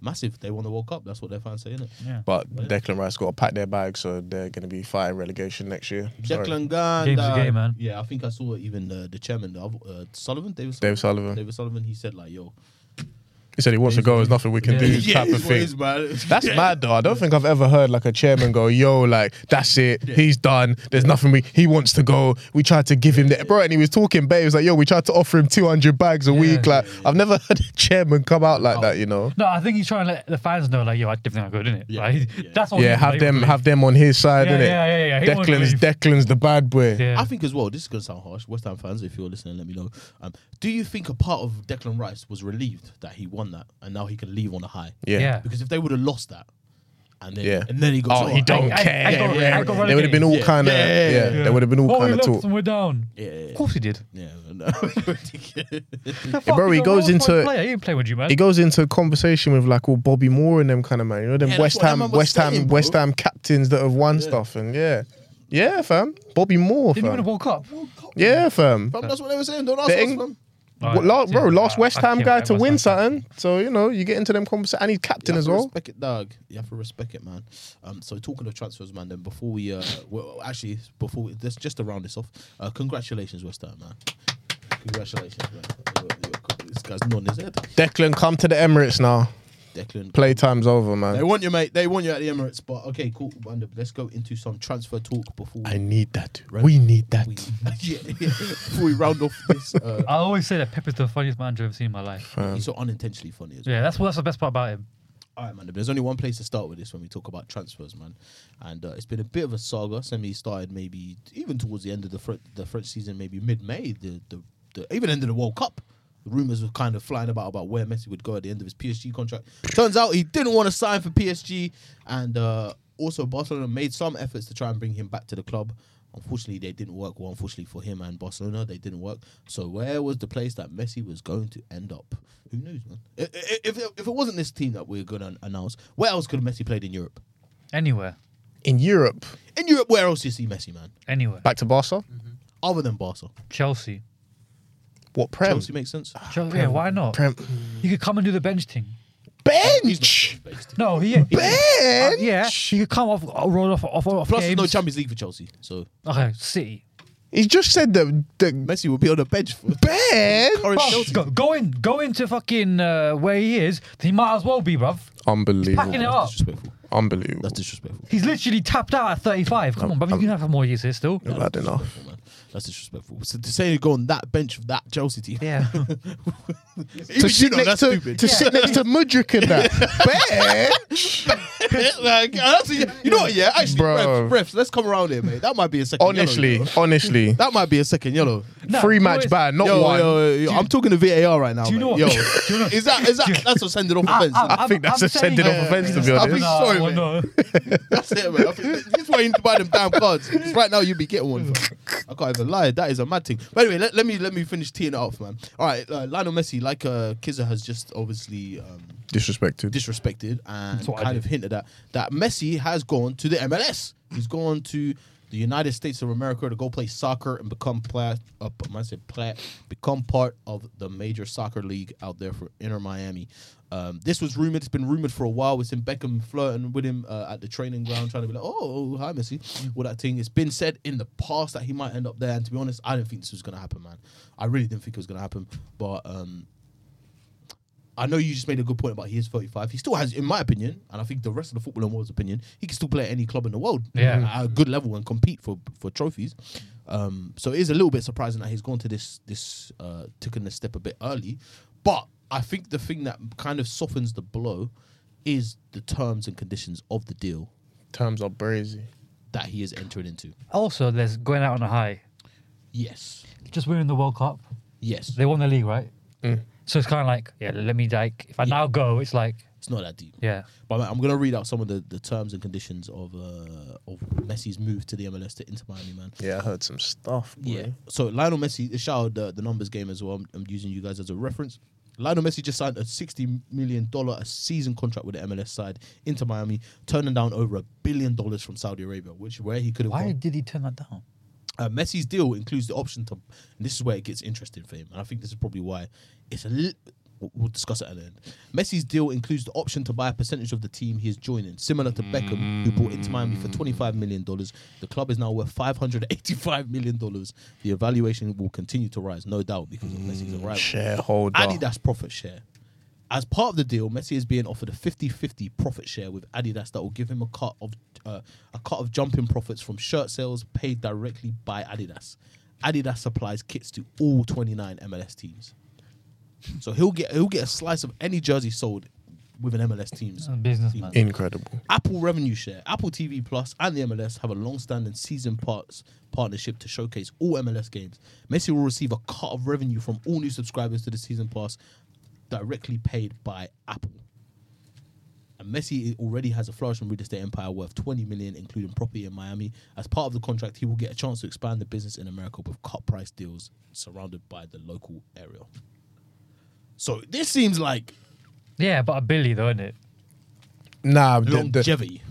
S3: massive. They won the World Cup. That's what their fans say, innit?
S5: But Declan Rice got to pack their bag, so they're going to be fighting relegation next year. Sorry.
S3: Declan Ganda.
S4: Game's a game, man.
S3: Yeah, I think I saw even uh, the chairman, the other- uh, Sullivan, David Sullivan.
S5: Dave Sullivan.
S3: David Sullivan, he said
S5: *laughs*
S3: like, "Yo,
S5: He said he wants to go. There's nothing we can do. type
S3: it
S5: of
S3: is what
S5: thing.
S3: it is,
S5: *laughs*
S3: *laughs* man.
S5: That's mad though. I don't think I've ever heard like a chairman go, "Yo, like that's it. He's done. There's nothing we. He wants to go. We tried to give him the bro, and he was talking. But he was like, "Yo, we tried to offer him 200 bags a week. Like I've never heard a chairman come out
S4: Oh.
S5: like that. You know.
S4: No, I think he's trying to let the fans know, like, yo, I definitely not good, innit?
S3: Yeah.
S4: Like,
S3: Yeah.
S4: That's all
S5: Yeah,
S4: Oh, he-
S5: have
S4: like,
S5: them have them on his side,
S4: Yeah,
S5: innit?
S4: yeah, yeah, yeah. He won't
S5: Declan's
S4: leave.
S5: Declan's the bad boy.
S4: Yeah.
S3: I think as well. This is gonna sound harsh. West Ham fans, if you're listening, let me know. Um, do you think a part of Declan Rice was relieved that he won that, and now he can leave on a high?
S5: Yeah.
S4: Yeah.
S3: Because if they would have lost that, and then
S5: Yeah.
S3: and then he got,
S5: Oh,
S3: shot
S5: he
S3: at,
S5: don't
S4: I- I-
S5: care.
S4: I got- I got
S5: They would have been all
S3: Yeah.
S5: kind of yeah,
S3: Yeah, yeah, yeah,
S5: They would have been all
S4: oh, we
S5: kind of
S4: lost
S5: talk.
S4: and we're down.
S3: Yeah, yeah,
S4: Of course he did.
S5: *laughs*
S3: yeah. yeah. no.
S4: The
S5: bro,
S4: fuck,
S5: he
S4: he's a
S5: goes
S4: Rolls-Royce
S5: into-
S4: Player. He didn't play with you, man.
S5: He goes into a conversation with like all Bobby Moore and them kind of man. You know, them
S3: Yeah, that's
S5: West
S3: what that
S5: Ham,
S3: man was
S5: West Ham,
S3: saying, bro.
S5: West Ham captains that have won
S3: Yeah.
S5: stuff and yeah, yeah, fam. Bobby Moore,
S4: Didn't he win a
S5: fam.
S4: World Cup?
S5: Yeah, fam.
S3: *laughs* Fam, that's what they were saying. Don't ask
S5: The
S3: us,
S5: Eng-
S3: fam.
S5: What, la- bro, last West Ham guy to win
S4: something.
S5: something. So you know, you get into them conversations, and he's captain
S3: You have
S5: as
S3: to
S5: well.
S3: Respect it, Doug. You have to respect it, man. Um, so talking of transfers, man. Then before we, uh, well, actually, before we, let's just to round this off. Uh, congratulations, West Ham, man. Congratulations, man. You're- you're- This guy's nodding his head.
S5: Declan, come to the Emirates now.
S3: Declan.
S5: Playtime's over,
S3: They
S5: man.
S3: want you, mate. They want you at the Emirates. But okay, cool. Wonder. Let's go into some transfer talk before
S5: I need that. We need that.
S3: we, *laughs* yeah, yeah. before we round off this.
S5: *laughs*
S3: Uh,
S4: I always say that Pep is the funniest manager I've ever seen in my life.
S5: Um,
S3: he's so unintentionally funny as well.
S4: Yeah, that's what that's the best part about him.
S3: All right, man. There's only one place to start with this when we talk about transfers, man. And uh, it's been a bit of a saga. Semi started maybe even towards the end of the French, the French season, maybe mid-May. The, the the even end of the World Cup. The rumors were kind of flying about about where Messi would go at the end of his PSG contract. Turns out he didn't want to sign for PSG, and uh, also Barcelona made some efforts to try and bring him back to the club. Unfortunately, they didn't work. Well, unfortunately for him and Barcelona, they didn't work. So where was the place that Messi was going to end up? Who knows, man? I- I- If, if it wasn't this team that we are going to announce, where else could Messi played in Europe?
S4: Anywhere.
S5: In Europe,
S3: In Europe, where else do you see Messi, man?
S4: Anywhere.
S5: back to Barca.
S3: Other than Barca,
S4: Chelsea.
S5: What Prem?
S3: Chelsea makes sense.
S4: Chelsea. Yeah, why not?
S5: Prem
S4: He could come and do the bench thing.
S5: bench.
S4: No, he yeah.
S5: Bench.
S4: yeah, he could come off, uh, roll off, off, off
S3: Plus, there's
S4: games.
S3: no Champions League for Chelsea, so
S4: Okay, City.
S5: He's just said that the
S2: Messi will be on the bench for
S5: bench.
S2: current
S4: Bruv,
S2: Chelsea.
S4: go, go in, go into fucking uh, where he is. He might as well be, bruv. Packing it
S5: Unbelievable.
S4: up.
S3: disrespectful.
S5: Unbelievable.
S3: That's disrespectful.
S4: He's literally tapped out at 35. Come on, bruv, you can have some more years here still.
S5: Not bad enough.
S3: Disrespectful, man. That's disrespectful. So to say you go on that bench for that Chelsea team,
S4: Yeah.
S5: To
S3: even *laughs* you
S5: sit
S3: know
S5: next
S3: that's
S5: to,
S3: stupid.
S5: to sit next to Mudrick and *laughs* that. bench.
S3: like, honestly, you know what? Yeah, actually,
S5: Bro.
S3: refs, refs, let's come around here, mate. That might be a second. yellow, you
S5: Honestly,
S3: know.
S5: honestly,
S3: that might be a second yellow.
S4: No,
S5: free
S4: you know
S5: match
S4: it's-
S5: ban, not
S3: yo,
S5: one.
S3: yo, yo, yo, I'm talking to VAR right now.
S4: do you know
S3: mate.
S4: what-
S3: Yo,
S4: *laughs* do you know- Ah,
S3: is that is that that's a sending off offense?
S4: I'm-
S5: I think
S4: I'm-
S5: that's
S4: I'm
S5: a
S4: saying-
S5: sending off offence, to be
S3: I'll be
S5: honest.
S3: sorry,
S4: No,
S3: mate.
S4: no.
S3: That's it, man. I think- This is why you need to buy them damn cards. 'cause right now you'd be getting one. fam. I can't even lie. That is a mad thing. But anyway, let, let me let me finish teeing it off, man. All right, uh, Lionel Messi, like uh, Kizza has just obviously um,
S5: Disrespected.
S3: disrespected and
S4: what I
S3: kind of
S4: did.
S3: hinted at that Messi has gone to the MLS. He's gone to the United States of America to go play soccer and become plat, uh, I said plat, become part of the major soccer league out there for Inter Miami. Um, this was rumored. It's been rumored for a while. It's in Beckham flirting with him uh, at the training ground, trying to be like, "Oh, hi, Messi," all that thing. It's been said in the past that he might end up there. And to be honest, I didn't think this was going to happen, man. I really didn't think it was going to happen. But um, I know you just made a good point about he is 35. He still has, in my opinion, and I think the rest of the footballing world's opinion, he can still play at any club in the world
S4: Yeah.
S3: at a good level and compete for for trophies. Um, so it is a little bit surprising that he's gone to this this uh, taken the step a bit early, but I think the thing that kind of softens the blow is the terms and conditions of the deal
S5: Terms are brazy.
S3: that he is entering into.
S4: Also, there's going out on a high.
S3: Yes,
S4: Just winning the World Cup.
S3: yes,
S4: They won the league, right?
S5: Mm.
S4: So it's kind of like, yeah, let me, like, if I now go, it's like,
S3: it's not that deep.
S4: yeah.
S3: But I'm- I'm gonna read out some of the, the terms and conditions of uh, of Messi's move to the MLS to Inter Miami, man.
S5: Yeah, I heard some stuff. Boy.
S3: Yeah. So Lionel Messi, uh, shout out the, the numbers game as well. I'm, I'm using you guys as a reference. Lionel Messi just signed a sixty million dollar a season contract with the MLS side into Miami, turning down over a billion dollars from Saudi Arabia, which where he could have.
S4: Why
S3: gone.
S4: did he turn that down?
S3: Uh, Messi's deal includes the option to, and this is where it gets interesting for him, and I think this is probably why it's a. Li- we'll- we'll discuss it at the end. Messi's deal includes the option to buy a percentage of the team he is joining, similar to Beckham, who bought into Miami for twenty-five million dollars. The club is now worth five hundred eighty-five million dollars. The evaluation will continue to rise, no doubt, because of Messi's arrival.
S5: Shareholder.
S3: Adidas profit share. As part of the deal, Messi is being offered a 50-50 profit share with Adidas that will give him a cut of uh, a cut of jumping profits from shirt sales paid directly by Adidas. Adidas supplies kits to all 29 MLS teams. So he'll get he'll get a slice of any jersey sold with an MLS team's
S4: He's a businessman.
S5: Incredible.
S3: Apple revenue share. Apple TV Plus and the MLS have a long-standing season parts partnership to showcase all MLS games. Messi will receive a cut of revenue from all new subscribers to the season pass directly paid by Apple. And Messi already has a flourishing real estate empire worth 20 million, including property in Miami. As part of the contract, he will get a chance to expand the business in America with cut price deals surrounded by the local area. So this seems like
S4: Yeah, but a Billy, though, isn't it?
S5: Nah, the, the,
S3: longevity.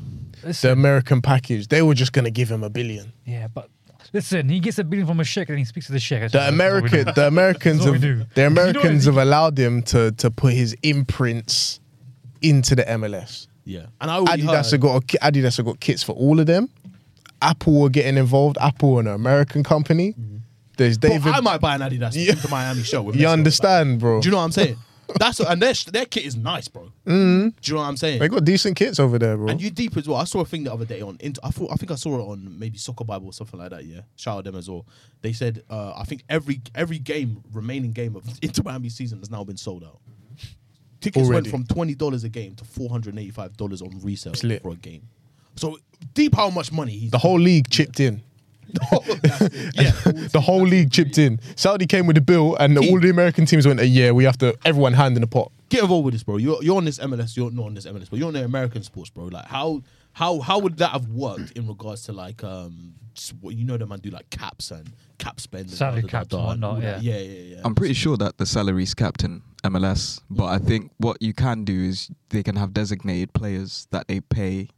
S5: the American package. They were just gonna give him a billion.
S4: Yeah, but listen, he gets a billion from a sheikh and then he speaks to the sheikh. That's
S5: The
S4: what- that's what we
S5: American,
S4: do.
S5: the Americans,
S4: That's what
S5: have,
S4: we do.
S5: the
S4: You know what
S5: Americans
S4: I mean?
S5: have allowed him to to put his imprints into the MLS.
S3: Yeah. And I already
S5: Adidas
S3: Oh, heard-
S5: have got Adidas have got kits for all of them. Apple were getting involved. Apple, an American company. There's
S3: Mm-hmm. Bro,
S5: David.
S3: I might buy an Adidas
S5: Yeah.
S3: into Miami show. With Messi on
S5: you
S3: the
S5: understand,
S3: back.
S5: bro?
S3: Do you know what I'm saying? That's and their their kit is nice, bro. Do you know what I'm saying?
S5: Mm-hmm. they got decent kits over there, bro.
S3: And you deep as well. I saw a thing the other day on. Int- I thought I think I saw it on maybe Soccer Bible or something like that. Yeah, shout out them as well. They said *laughs* uh, I think every every game remaining game of Inter Miami season has now been sold out. Tickets
S5: Already.
S3: went from twenty dollars a game to four hundred and eighty-five dollars on resale
S5: lit.
S3: for a game. So deep how much money he's
S5: *laughs*
S3: *laughs*
S5: The whole league chipped in.
S3: yeah.
S5: *laughs* The whole league chipped in. Saudi came with the bill, and all the American teams went, "Yeah, we have to." Everyone hand in the pot.
S3: Get involved with this, bro. You're you're on this MLS, you're not on this MLS, but you're on the American sports, bro. Like how how how would that have worked in regards to like um s- what you know that man do like caps and cap spend and
S4: Salary
S3: da, da, da,
S4: caps and
S3: da,
S4: whatnot,
S3: all that.
S4: yeah.
S3: yeah, yeah, yeah.
S7: I'm pretty sure that the salary's capped in MLS, but I think what you can do is they can have designated players that they pay,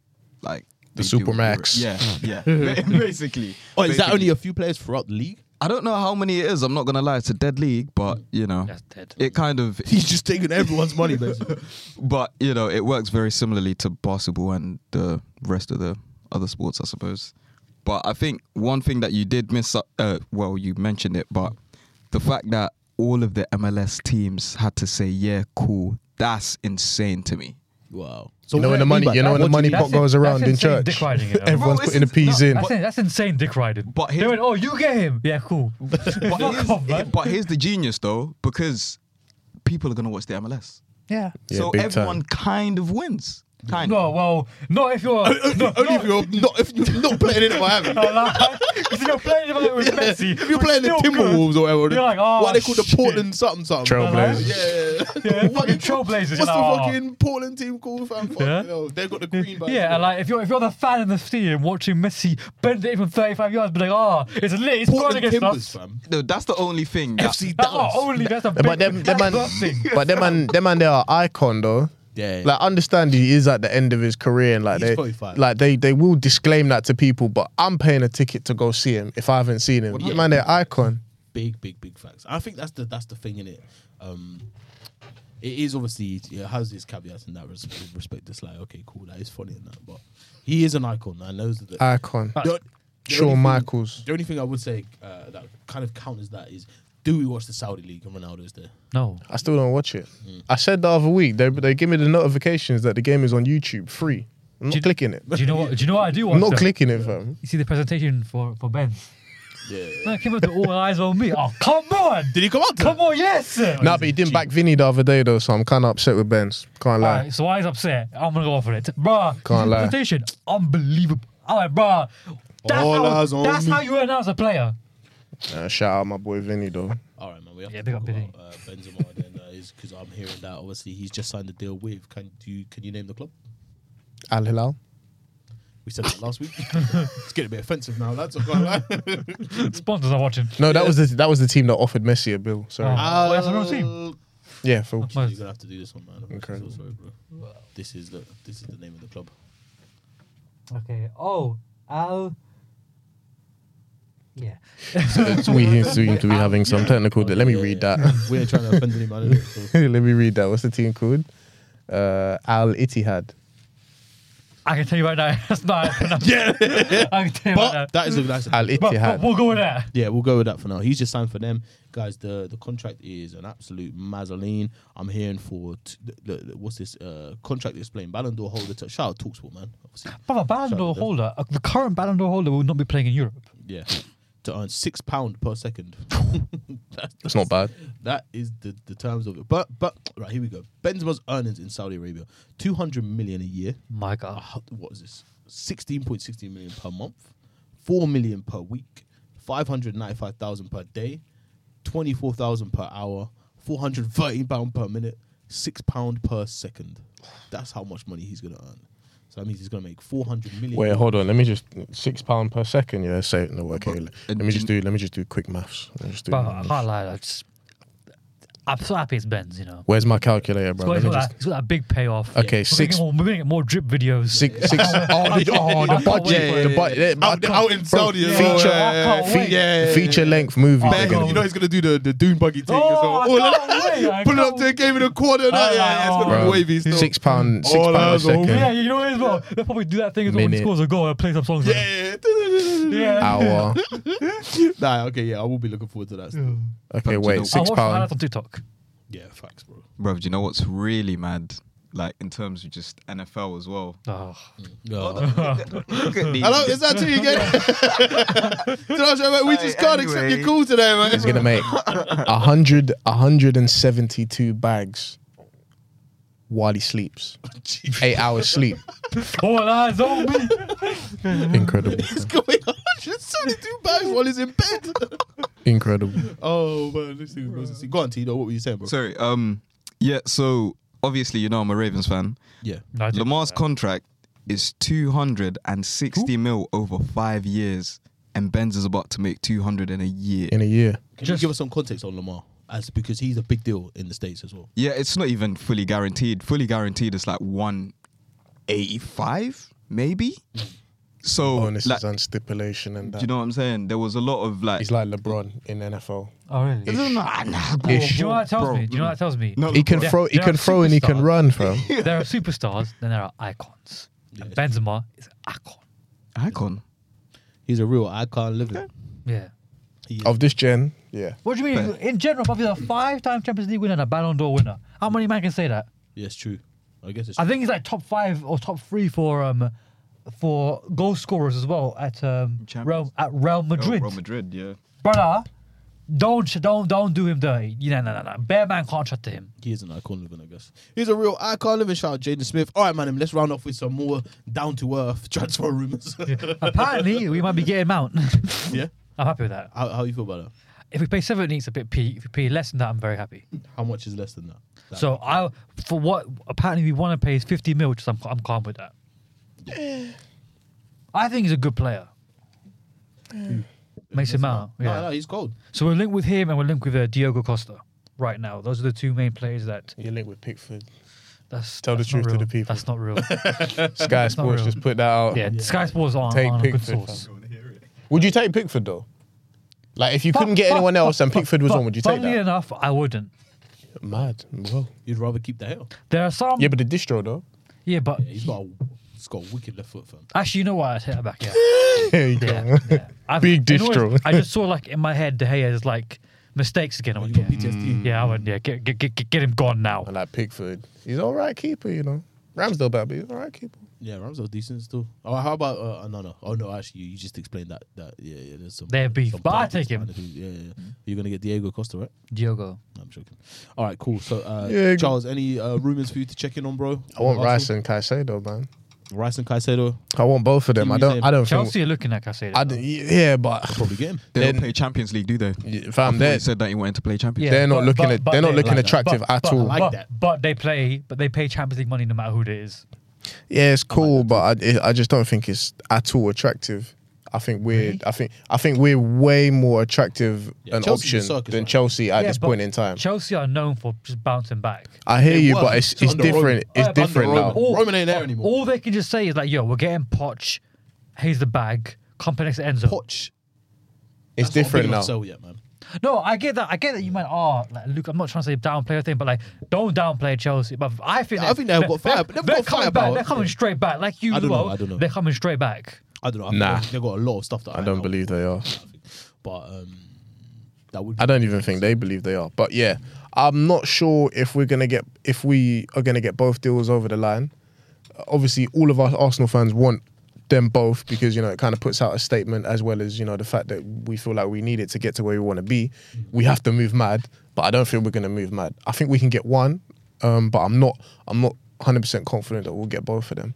S7: like
S5: The
S7: they do whatever.
S5: Supermax.
S7: *laughs* Yeah, yeah. Ba- basically.
S3: Oh, is that
S7: Basically.
S3: only a few players throughout the league? *laughs*
S7: I don't know how many it is. I'm not gonna lie. It's a dead league, but you know,
S4: That's dead.
S7: it kind of.
S3: He's just taking everyone's money,
S5: *laughs*
S3: basically.
S7: But you know, it works very similarly to basketball and the rest of the other sports, I suppose. But I think one thing that you did miss, uh, well, you mentioned it, but the fact that all of the MLS teams had to say, "Yeah, cool," that's insane to me.
S3: Wow. So
S5: You know
S3: what
S5: when the
S3: do
S5: money,
S3: mean by
S5: you
S3: that?
S5: know when the
S3: What do
S5: money
S3: you mean?
S5: pot
S4: That's in-
S5: goes around
S4: that's
S5: in
S4: insane
S5: church.
S4: dick riding, you know.
S5: Everyone's
S7: Bro,
S5: putting the
S7: it's- no,
S5: peas in.
S4: That's, that's insane dick riding.
S7: But
S4: they
S7: here's-
S4: went, oh, you get him. Yeah, *laughs* cool.
S7: But,
S4: Fuck
S7: here's,
S4: off, man.
S7: but here's the genius though, because people are gonna watch the MLS,
S4: yeah.
S5: Yeah,
S7: so
S5: big time.
S7: everyone kind of wins. Kind of.
S4: No, well, not
S5: *laughs*
S4: if you're. no,
S3: Only if you're not if you're not playing in it, Miami.
S4: no, like, if you're playing it with Messi,
S3: If you're
S4: we're
S3: playing the
S4: still
S3: Timberwolves or whatever,
S4: You're like, oh,
S3: what are they called the
S4: shit.
S3: Portland something something.
S5: Trailblazers.
S3: Yeah, yeah,
S4: Yeah,
S3: What-
S4: fucking Trailblazers,
S3: What's
S4: you're
S3: the
S4: like, oh.
S3: fucking Portland team called? Fam? Fuck,
S4: Yeah.
S3: you know, they've got the
S4: good. *laughs*
S3: green. badge.
S4: Yeah, and like if you're if you're the fan in the stadium watching Messi bend it from 35 yards, be like, oh, it's lit, it's going
S3: Portland
S4: against
S3: Timbers,
S4: us.
S3: fam.
S7: No, that's the only thing. That,
S3: FC
S4: That's
S3: Dallas.
S4: not only that's a big
S5: But them, them man, *laughs*
S4: thing.
S5: but them man, them man, they are icon though.
S3: Yeah, yeah.
S5: Like understand he is at the end of his career and like
S3: He's
S5: they
S3: 45.
S5: like they they will disclaim that to people, but I'm paying a ticket to go see him if I haven't seen him.
S3: yeah.
S5: Man, they're icon.
S3: big, big, big facts. I think that's the that's the thing in it. Um, it is obviously it has its caveats in that res- respect. It's like okay, cool, that is funny and that, but he is an icon. man. those are the
S5: Icon.
S3: The- the
S5: Uh, Shawn
S3: only thing-
S5: Michaels.
S3: The only thing I would say uh, that kind of counters that is, do we watch the Saudi league and Ronaldo's there?
S4: No.
S5: I still don't watch it. I said the other week they they give me the notifications that the game is on YouTube free. I'm not
S4: Did-
S5: clicking it.
S4: Do you know what? Do you know what I do?
S5: I'm
S4: Watch
S5: not
S4: though?
S5: clicking it, fam.
S4: You see the presentation for for Ben.
S3: Yeah.
S4: No, it came up to all eyes on me. Oh, come on!
S3: Did he come out? To
S4: Come on, yes!
S5: Nah, but he didn't back Vinny the other day though, so I'm kind of upset with Benz. Can't lie.
S4: Alright, so why is upset? I'm gonna go for it. Bruh,
S5: Can't
S4: his
S5: lie.
S4: presentation, unbelievable. I'm like, bruh, that's,
S3: All eyes
S4: how,
S3: on
S4: that's
S3: me.
S4: how you announce a player.
S5: Uh, shout out my boy Vinny though.
S3: All right, man. We have
S4: Yeah,
S3: to
S4: big
S3: talk
S4: up, Billy.
S3: about uh, Benzema then, uh, is because I'm hearing that obviously he's just signed a deal with. Can do you can you name the club?
S5: Al Hilal.
S3: We said that last week. *laughs* it's getting a bit offensive now, lads. I'm gonna *laughs* lie.
S4: Sponsors are watching.
S5: No, that was the that was the team that offered Messi a bill. Sorry.
S4: Oh. Well, that's a real team.
S3: Uh,
S5: Yeah, Phil.
S4: Well,
S3: You're gonna have to do this one, man. I'm
S5: Okay.
S3: so sorry, bro. This is the this is the name of the club.
S4: Okay. Oh, Al. Yeah.
S5: So we seem *laughs* to be having some technical. Let me read that. *laughs*
S3: *laughs* We ain't trying to offend any man. innit? *laughs* So-
S5: Let me read that. What's the team called? Uh, Al Ittihad.
S4: I can tell you right now, *laughs* that's not. yeah. I can tell you right now.
S3: *laughs* But that is a that's a
S5: Al
S4: But, but
S5: Ittihad.
S4: we'll go with that.
S3: Yeah, we'll go with that for now. He's just signed for them, guys. The the contract is an absolute mazzoline. I'm hearing for t- the, the, what's this uh, contract explained? Ballon d'Or holder. To, shout out Talksport, man. Obviously,
S4: But a Ballon d'Or holder, uh, the current Ballon d'Or holder will not be playing in Europe.
S3: yeah, to earn six pound per second. *laughs* That-
S5: It's not bad.
S3: That is the, the terms of it. But but right here we go. Benzema's earnings in Saudi Arabia: two hundred million a year.
S4: My God.
S3: Uh, what is this? Sixteen point sixteen million per month, four million per week, five hundred ninety-five thousand per day, twenty-four thousand per hour, four hundred thirteen pound per minute, six pound per second. That's how much money he's gonna earn. So that means he's gonna make four hundred million.
S5: Wait, hold on. Let me just six pound per second. Yeah, say no. Okay,
S2: uh,
S5: let,
S7: and
S5: let me just
S7: do-
S5: do. Let me just do quick maths. Let me just do
S4: But I can't lie. I just, I'm so happy it's Benz, you know.
S5: Where's my calculator,
S4: It's
S5: bro?
S4: got,
S5: Let
S4: it's
S5: me
S4: got
S5: just
S4: that, it's got that big payoff.
S5: Okay,
S4: We're gonna
S5: six-
S4: get more- We're going to get more drip videos.
S5: six six. Oh, the, oh, the
S4: can't wait.
S5: budget. The budget.
S2: Out, out in Saudi,
S4: Yeah.
S2: as
S5: Feature-
S2: well.
S4: I can't
S5: Fe-
S4: wait.
S5: feature length movie.
S4: Oh,
S5: they're
S4: yeah.
S5: gonna
S2: You know he's gonna do the, the Dune buggy thing as
S4: Oh,
S2: well. Oh,
S3: *laughs*
S4: I
S2: look,
S4: can't wait. I
S2: pull it up
S4: can't
S2: to a game in a corner. and that,
S4: Oh,
S2: yeah, yeah, it's gonna
S5: Bro,
S2: be wavy still.
S5: Six pound, six
S2: Oh,
S5: pound a
S2: that's all.
S5: second.
S4: Yeah, you know it as well. They'll probably do that thing as well when he
S5: Minute.
S4: scores a goal and play some songs.
S2: Yeah,
S4: for him.
S2: yeah, yeah.
S4: yeah.
S5: Hour.
S3: *laughs* Nah, okay, yeah, I will be looking forward to that. Still.
S5: Okay,
S7: know-
S5: wait,
S4: I
S5: six
S4: watched
S5: pound.
S4: highlights on TikTok.
S3: Yeah, facts, bro.
S7: Bro, do you know what's really mad? Like in terms of just NFL as well.
S4: Oh.
S7: Look at these-
S2: Hello, is that to you again? Do you know what I'm saying, mate? we just can't accept
S7: Anyway.
S2: your call today, man.
S5: He's gonna make a hundred, a hundred and seventy-two bags while he sleeps. Eight hours sleep.
S4: All eyes on me.
S5: Incredible.
S3: What's going on? *laughs* Just 72 bags while he's in bed. *laughs*
S5: Incredible.
S3: oh, man. This thing was Go on, Tito. What were you saying, bro?
S7: Sorry. Um. Yeah. So obviously, you know, I'm a Ravens fan.
S3: yeah.
S4: No, I didn't.
S7: Lamar's contract is 260 mil over five years, and Benz is about to make 200 in a year.
S5: In a year.
S3: Can
S4: Just-
S3: you give us some context on Lamar? As because he's a big deal in the States as well.
S7: Yeah, it's not even fully guaranteed. Fully guaranteed is like 185, maybe. So,
S5: Bonuses
S7: like,
S5: and stipulation and
S7: do
S5: that.
S7: you know what I'm saying? There was a lot of like.
S5: He's like LeBron in NFL.
S4: Oh, really?
S7: Nah, nah, bro,
S4: Oh. Do you know what that tells
S7: bro,
S4: me? Do you know what that tells me?
S7: No,
S5: He can
S4: Yeah,
S5: throw. He
S4: they're
S5: can throw and he can
S4: superstars.
S5: run, bro.
S4: There
S7: *laughs*
S4: are superstars, then there are icons. And Benzema is an icon.
S7: Icon.
S3: He's a real icon living.
S4: Yeah.
S5: Of this gen, yeah.
S4: What do you mean? In general, probably a five-time Champions League winner and a Ballon d'Or winner. How many man can say that?
S3: Yeah, it's true. I guess it's
S4: I
S3: true.
S4: think he's like top five or top three for um for goal scorers as well at um
S7: Champions.
S4: Real, at Real
S7: Oh,
S4: Madrid.
S7: Real Madrid, yeah.
S4: Brother, don't don't don't do him dirty. Yeah, no, no, no. Bear man can't chat to him.
S3: he is an icon living, I guess. He's a real icon living. Shout out Jaden Smith. All right, man. Let's round off with some more down to earth *laughs* transfer rumors.
S4: Apparently, we might be getting Mount.
S3: *laughs* yeah.
S4: *laughs* I'm happy with that.
S3: How, how you feel about
S4: If we pay seventy, it's a bit peak. If we pay less than that, I'm very happy.
S3: that? How much is less than that? That-
S4: So I for what apparently we want to pay is 50 mil, which I'm I'm calm with that. I think he's a good player. Mm. Mason Mount. Yeah.
S3: No, no, he's cold.
S4: So we're linked with him and we're linked with uh, Diogo Costa right now. Those are the two main players that
S5: You link with Pickford.
S4: that's
S5: Tell the
S4: that's
S5: truth
S4: not
S5: to
S4: real.
S5: the people.
S4: That's not real.
S5: *laughs* Sky
S4: not
S5: Sports
S4: real.
S5: just put that out.
S4: yeah, Sky Sports aren't,
S5: Take
S4: aren't a good
S5: Pickford,
S4: source.
S5: Would you take Pickford though? Like if you couldn't get
S4: But-
S5: anyone
S4: but-
S5: else and
S4: but-
S5: Pickford was
S4: but
S5: on, would you take
S4: Funnily
S5: that?
S4: enough, I wouldn't.
S5: Mad. Whoa.
S3: You'd rather keep the hell.
S4: There are some.
S5: Yeah, but the distro though.
S4: yeah, but
S3: Yeah, he's got a, he's got a wicked left foot, fam.
S4: actually, you know what? I take that back. Yeah.
S5: *laughs* There you
S4: Yeah, *laughs* yeah. I've-
S5: Big
S4: you know what it
S5: distro.
S4: is? I just saw like in my head De Gea is like mistakes again. I
S3: You
S4: went,
S3: got
S4: yeah. Mm.
S3: PTSD.
S4: yeah, I went, yeah, get, get, get, get him gone now.
S5: And like Pickford, he's all right keeper, you know. Ramsdale better be all right keeper.
S3: Yeah, Ramsdale decent still. Oh, how about uh, no, no. Oh no, actually, you, you just explained that. That yeah, yeah. There's some.
S4: They're beef,
S3: some
S4: but I
S3: politics
S4: take him.
S3: behind the scenes. Yeah, yeah,
S5: Mm.
S3: yeah. You're gonna get Diego Costa, right?
S4: Diogo.
S3: No, I'm joking. All right, cool. So, uh,
S5: Yeah,
S3: Charles, any uh, rumors for you to check in on, bro?
S5: I want
S3: Arsenal?
S5: Rice and Caicedo, man.
S3: Rice and Caicedo.
S5: I want both of them.
S3: Who
S5: I
S3: you
S5: don't.
S3: saying?
S5: I don't think.
S4: Chelsea are looking at Casado.
S5: I don't, yeah, but
S3: Probably get him.
S7: They
S5: Then-
S7: don't play Champions League, do they?
S5: fam,
S7: They
S5: um, they're,
S7: said that he wanted to play Champions.
S5: they're not looking at- they're not looking
S4: like that.
S5: attractive
S4: But-
S5: at
S4: but-
S5: all.
S4: But,
S3: I like that.
S4: but they play, but they pay Champions League money no matter who it is.
S5: yeah, it's cool, but I, I just don't think it's at all attractive. I think we're. I think. I think we're way more attractive
S3: Yeah,
S5: an
S3: Chelsea's a
S5: option
S3: circus,
S5: than
S3: man.
S5: Chelsea at
S4: Yeah,
S5: this
S4: but
S5: point in time.
S4: Chelsea are known for just bouncing back.
S5: I hear
S3: They
S5: you,
S3: were.
S5: but it's
S3: It's
S5: it's
S3: under Roman.
S5: different. It's
S3: Yeah, but under
S5: different now.
S3: Roman. Roman ain't there anymore.
S4: All they can just say is like, "Yo, we're getting Poch, here's the bag, complex Enzo."
S3: Poch.
S5: It's
S3: That's not
S5: different
S3: big enough
S5: now.
S3: Sell yet, man.
S4: No, I get that. I get that you might are like Luke. I'm not trying to say downplay a thing, but like don't downplay Chelsea. But I think
S3: I think they've got fire-
S4: They're,
S3: they've
S4: they're
S3: got
S4: coming
S3: firepower.
S4: back. They're coming straight back. Like you,
S3: I don't know,
S4: as well,
S3: I don't know.
S4: They're coming straight back.
S3: I don't know. I
S5: Nah.
S3: think they've got a lot of stuff that
S5: I
S3: I,
S5: don't believe they are.
S3: But um, that would.
S5: I don't even think they believe they are. But yeah, I'm not sure if we're gonna get if we are gonna get both deals over the line. Obviously, all of us Arsenal fans want them both because you know it kind of puts out a statement as well as you know the fact that we feel like we need it to get to where we want to be. We have to move mad, but I don't think we're gonna move mad. I think we can get one, um, but I'm not. I'm not 100 percent confident that we'll get both of them.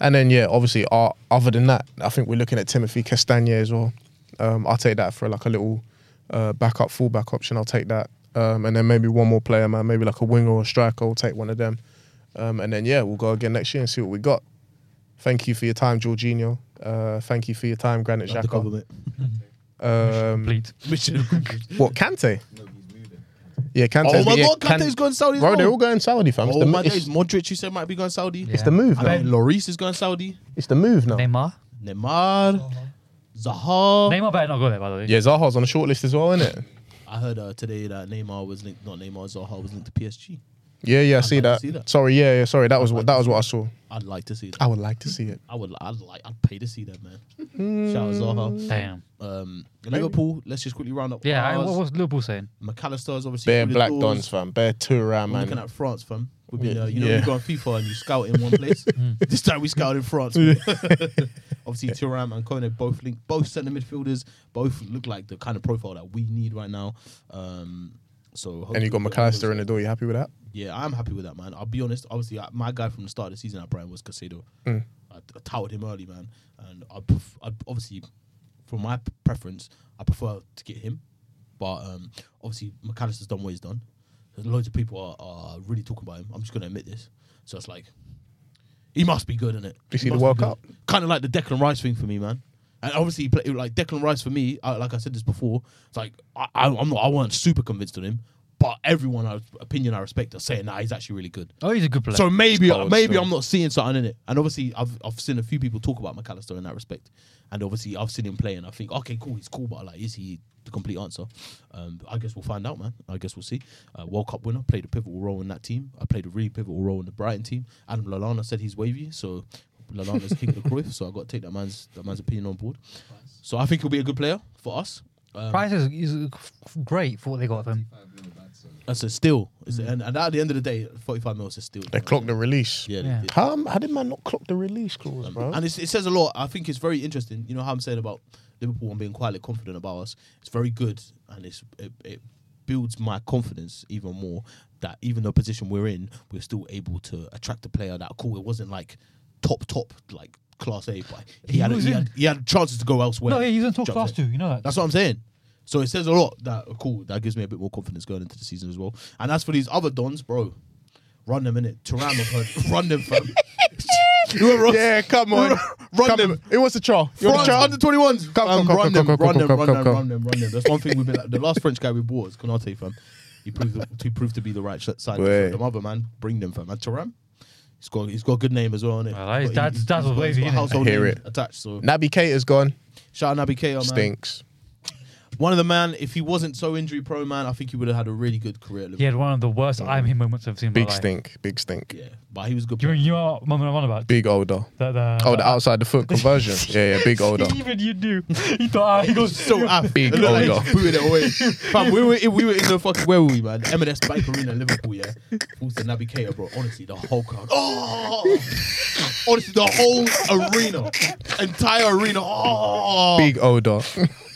S5: And then yeah, obviously, uh, other than that, I think we're looking at Timothy Castagne as well. Um, I'll take that for like a little uh, backup fullback option. I'll take that, um, and then maybe one more player, man. Maybe like a winger or a striker. I'll take one of them, um, and then yeah, we'll go again next year and see what we got. Thank you for your time, Jorginho. Uh, thank you for your time, Granit
S3: Love the
S5: Xhaka.
S3: government.
S5: Um,
S4: Complete.
S5: *laughs*
S3: *laughs* Mission accomplished.
S5: what Kante? Yeah, Kante.
S3: oh my
S5: yeah,
S3: God, Kante's going Saudi. as
S5: Bro, they're
S3: well.
S5: all going Saudi, fam. It's,
S3: Oh
S5: the,
S3: my
S5: mo-
S3: days,
S5: it's,
S3: Modric, you said might be going Saudi.
S5: it's the move now.
S3: I mean, Lloris is going Saudi.
S5: It's the move now.
S4: Neymar.
S3: Neymar, Zaha.
S4: Neymar better not go there, by the way.
S5: Yeah, Zaha's on the shortlist as well, isn't it?
S3: I heard uh, today that Neymar was linked. Not Neymar, Zaha was linked to PSG.
S5: Yeah, yeah, I see
S3: like to
S5: that.
S3: see that.
S5: Sorry, yeah, yeah, sorry. That was what that was what I saw.
S3: I'd like to see that.
S5: I would like to see it.
S3: I would. li- I'd like. I'd pay to see that, man.
S5: Hmm.
S3: Shout out Zaha.
S4: Damn.
S3: Um, Liverpool. Let's just quickly round up.
S4: Yeah. I,
S3: ours.
S4: what was Liverpool saying?
S3: McAllister is obviously
S5: Bare
S3: through the
S5: Black
S3: doors.
S5: Dons, fam. Bare Touran,
S3: We're looking
S5: man.
S3: at France, fam. We've been,
S5: Yeah.
S3: uh, you know,
S5: Yeah.
S3: you go on FIFA and you scout in one place. this time we scouted in France. *laughs* Obviously, Thuram and Kone both link, both centre midfielders, both look like the kind of profile that we need right now. Um, So
S5: And you got McAllister in the door. You happy with that?
S3: Yeah, I'm happy with that, man. I'll be honest. Obviously, I, my guy from the start of the season at Brighton was Casado. I, I touted him early, man, and I, pref- I obviously, from my p- preference, I prefer to get him. But um, obviously, McAllister's done what he's done. There's loads of people are, are really talking about him. I'm just going to admit this. So it's like, he must be good in it.
S5: you see the World Cup?
S3: Kind of like the Declan Rice thing for me, man. And obviously, he play, like Declan Rice for me, I, like I said this before, it's like I, I, I'm not, I wasn't super convinced on him, but everyone, I, opinion I respect, are saying that he's actually really good.
S4: Oh, he's a good player.
S3: So maybe
S5: Oh,
S3: maybe
S5: sure.
S3: I'm not seeing something in it. And obviously I've I've seen a few people talk about McAllister in that respect. And obviously I've seen him play and I think, okay, cool, he's cool, but like is he the complete answer? Um, I guess we'll find out, man. I guess we'll see. Uh, World Cup winner played a pivotal role in that team. I played a really pivotal role in the Brighton team. Adam Lallana said he's wavy, so Lallana's king of the Cruyff, so I got to take that man's that man's opinion on board. So I think he'll be a good player for us. Um,
S4: Price is, is great for what they got of him.
S3: That's a steal, It's- and, and at the end of the day, 45 mils is a steal.
S5: They clocked the release.
S3: Yeah,
S4: Yeah.
S3: They,
S5: How, am- how did man not clock the release clause, bro?
S3: And it's, it says a lot. I think it's very interesting. You know how I'm saying about Liverpool and being quietly confident about us. It's very good, and it's it, it builds my confidence even more that even the position we're in, we're still able to attract a player that cool. It wasn't like top top like class A, but he,
S4: He
S3: had,
S4: was
S3: he
S4: in-
S3: had he had chances to go elsewhere.
S4: No, yeah, he's in top
S3: Do you know what I'm
S4: class
S3: saying?
S4: too. You know that.
S3: That's what I'm saying. So it says a lot that cool. That gives me a bit more confidence going into the season as well. And as for these other dons, bro, run them in it. Turam, I've heard- run them, fam.
S4: *laughs*
S3: *laughs* Whoever else-
S5: yeah, come on.
S3: Run
S5: Come
S3: them.
S5: on. It was a trial. You want
S3: France
S5: a trial?
S3: under 21s.
S5: Come,
S3: Um,
S5: come, come,
S3: run
S5: come,
S3: them,
S5: come,
S3: run
S5: come,
S3: them,
S5: come,
S3: run
S5: come,
S3: them,
S5: come.
S3: run them, run them. That's one thing we've been like. The last French guy we bought was Konate, fam. He proved, he proved to be the right sh- side.
S5: Wait.
S3: The mother, man. Bring them, fam. And Taram, he's got, he's got a good name as well, innit?
S4: Well, his
S3: He's got-
S4: dad's-
S3: he's-
S4: dad's
S3: he's got-
S4: wavy,
S3: he's got
S4: innit?
S3: household
S5: I hear
S3: name
S5: it. Mm.
S3: attached. So
S5: Naby Keita's gone.
S3: shout out Naby Keita, man.
S5: Stinks.
S3: One of the man, if he wasn't so injury prone, man, I think he would have had a really good career. at
S4: He
S3: Liverpool.
S4: had one of the worst I'm him moments I've seen. in my
S5: Big
S4: life.
S5: stink. Big stink.
S3: Yeah, but he was a good.
S4: Do you
S3: player.
S4: mean you know what moment I'm on about?
S5: Big older.
S4: That, uh,
S5: Oh, the outside the foot
S3: *laughs*
S5: conversion. yeah, yeah, big older.
S4: Even you knew. *laughs* He thought, ah, he goes,
S3: so aff.
S5: Big
S4: Oh
S3: It looked like
S5: older.
S3: *laughs* he booted it away. Fam, we were, we were in the fucking, where were we, man? M&S Bank Arena, Liverpool, yeah? Fools to Naby Keita, bro. Honestly, the whole crowd. Oh! Honestly, the whole arena. Entire arena. *laughs* Oh!
S5: Big older. *laughs*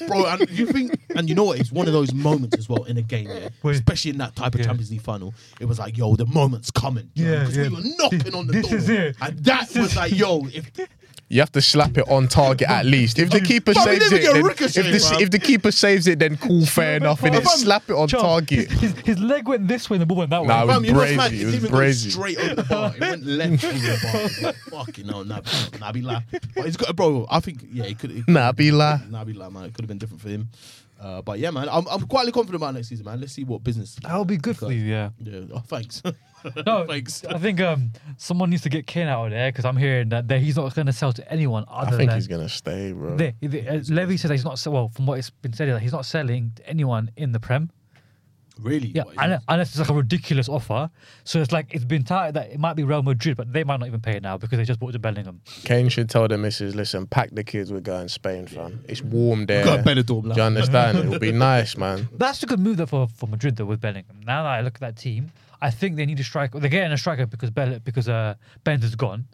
S3: Bro, and you think, and you know what? It's one of those moments as well in a game, yeah?
S4: Wait.
S3: Especially in that type of
S4: Yeah.
S3: Champions League final. It was like, yo, the moment's coming. You know,
S4: Yeah,
S3: Because
S4: yeah.
S3: we were knocking on the
S4: This
S3: door.
S4: is it.
S3: And that was like, yo, if
S5: You have to slap it on target at least. If the keeper
S3: Bro, we
S5: saves
S3: didn't
S5: it,
S3: get
S5: then, if,
S3: ricocheted,
S5: the,
S3: bruv.
S5: if the keeper saves it, then cool, fair enough. And
S4: Fam,
S5: slap it on
S4: Charles,
S5: target.
S4: His, his, his leg went this way and the ball went that way.
S5: Nah, it was
S3: Fam, you know what's mad?
S5: brazy,
S3: It
S5: it was
S3: didn't even go
S5: brazy.
S3: straight over the bar. It went left over
S5: *laughs*
S3: the bar. Fucking hell, Nabi, Nabi La. But it's got, bro, I think, yeah, it could. it could-
S5: Nabi La.
S3: Nabi La, man. It could have been different for him. Uh, but yeah, man, I'm, I'm quietly confident about next season, man. Let's see what business.
S4: That'll be good for you,
S3: *laughs*
S4: yeah.
S3: Yeah, oh, thanks.
S4: No,
S3: thanks.
S4: I think um, someone needs to get Kane out of there because I'm hearing that, that he's not going to sell to anyone
S5: I
S4: other
S5: think
S4: than.
S5: he's gonna stay, bro.
S4: They, they- uh, Levy said that he's not se- well from what it's been said that he's not selling to anyone in the prem.
S3: Really?
S4: Yeah,
S3: What is
S4: unless, unless it's like a ridiculous offer. So it's like it's been touted that it might be Real Madrid, but they might not even pay it now because they just bought it to Bellingham.
S5: Kane should tell the missus, listen, pack the kids, we're going Spain, fam. It's warm there.
S3: Go to Benidorm,
S5: Do
S3: lad.
S5: you understand? It'll be nice,
S3: *laughs*
S5: man.
S4: That's a good move though for, for Madrid though with Bellingham. Now that I look at that team, I think they need a striker. They're getting a striker because Bell, because uh, Benzema's gone.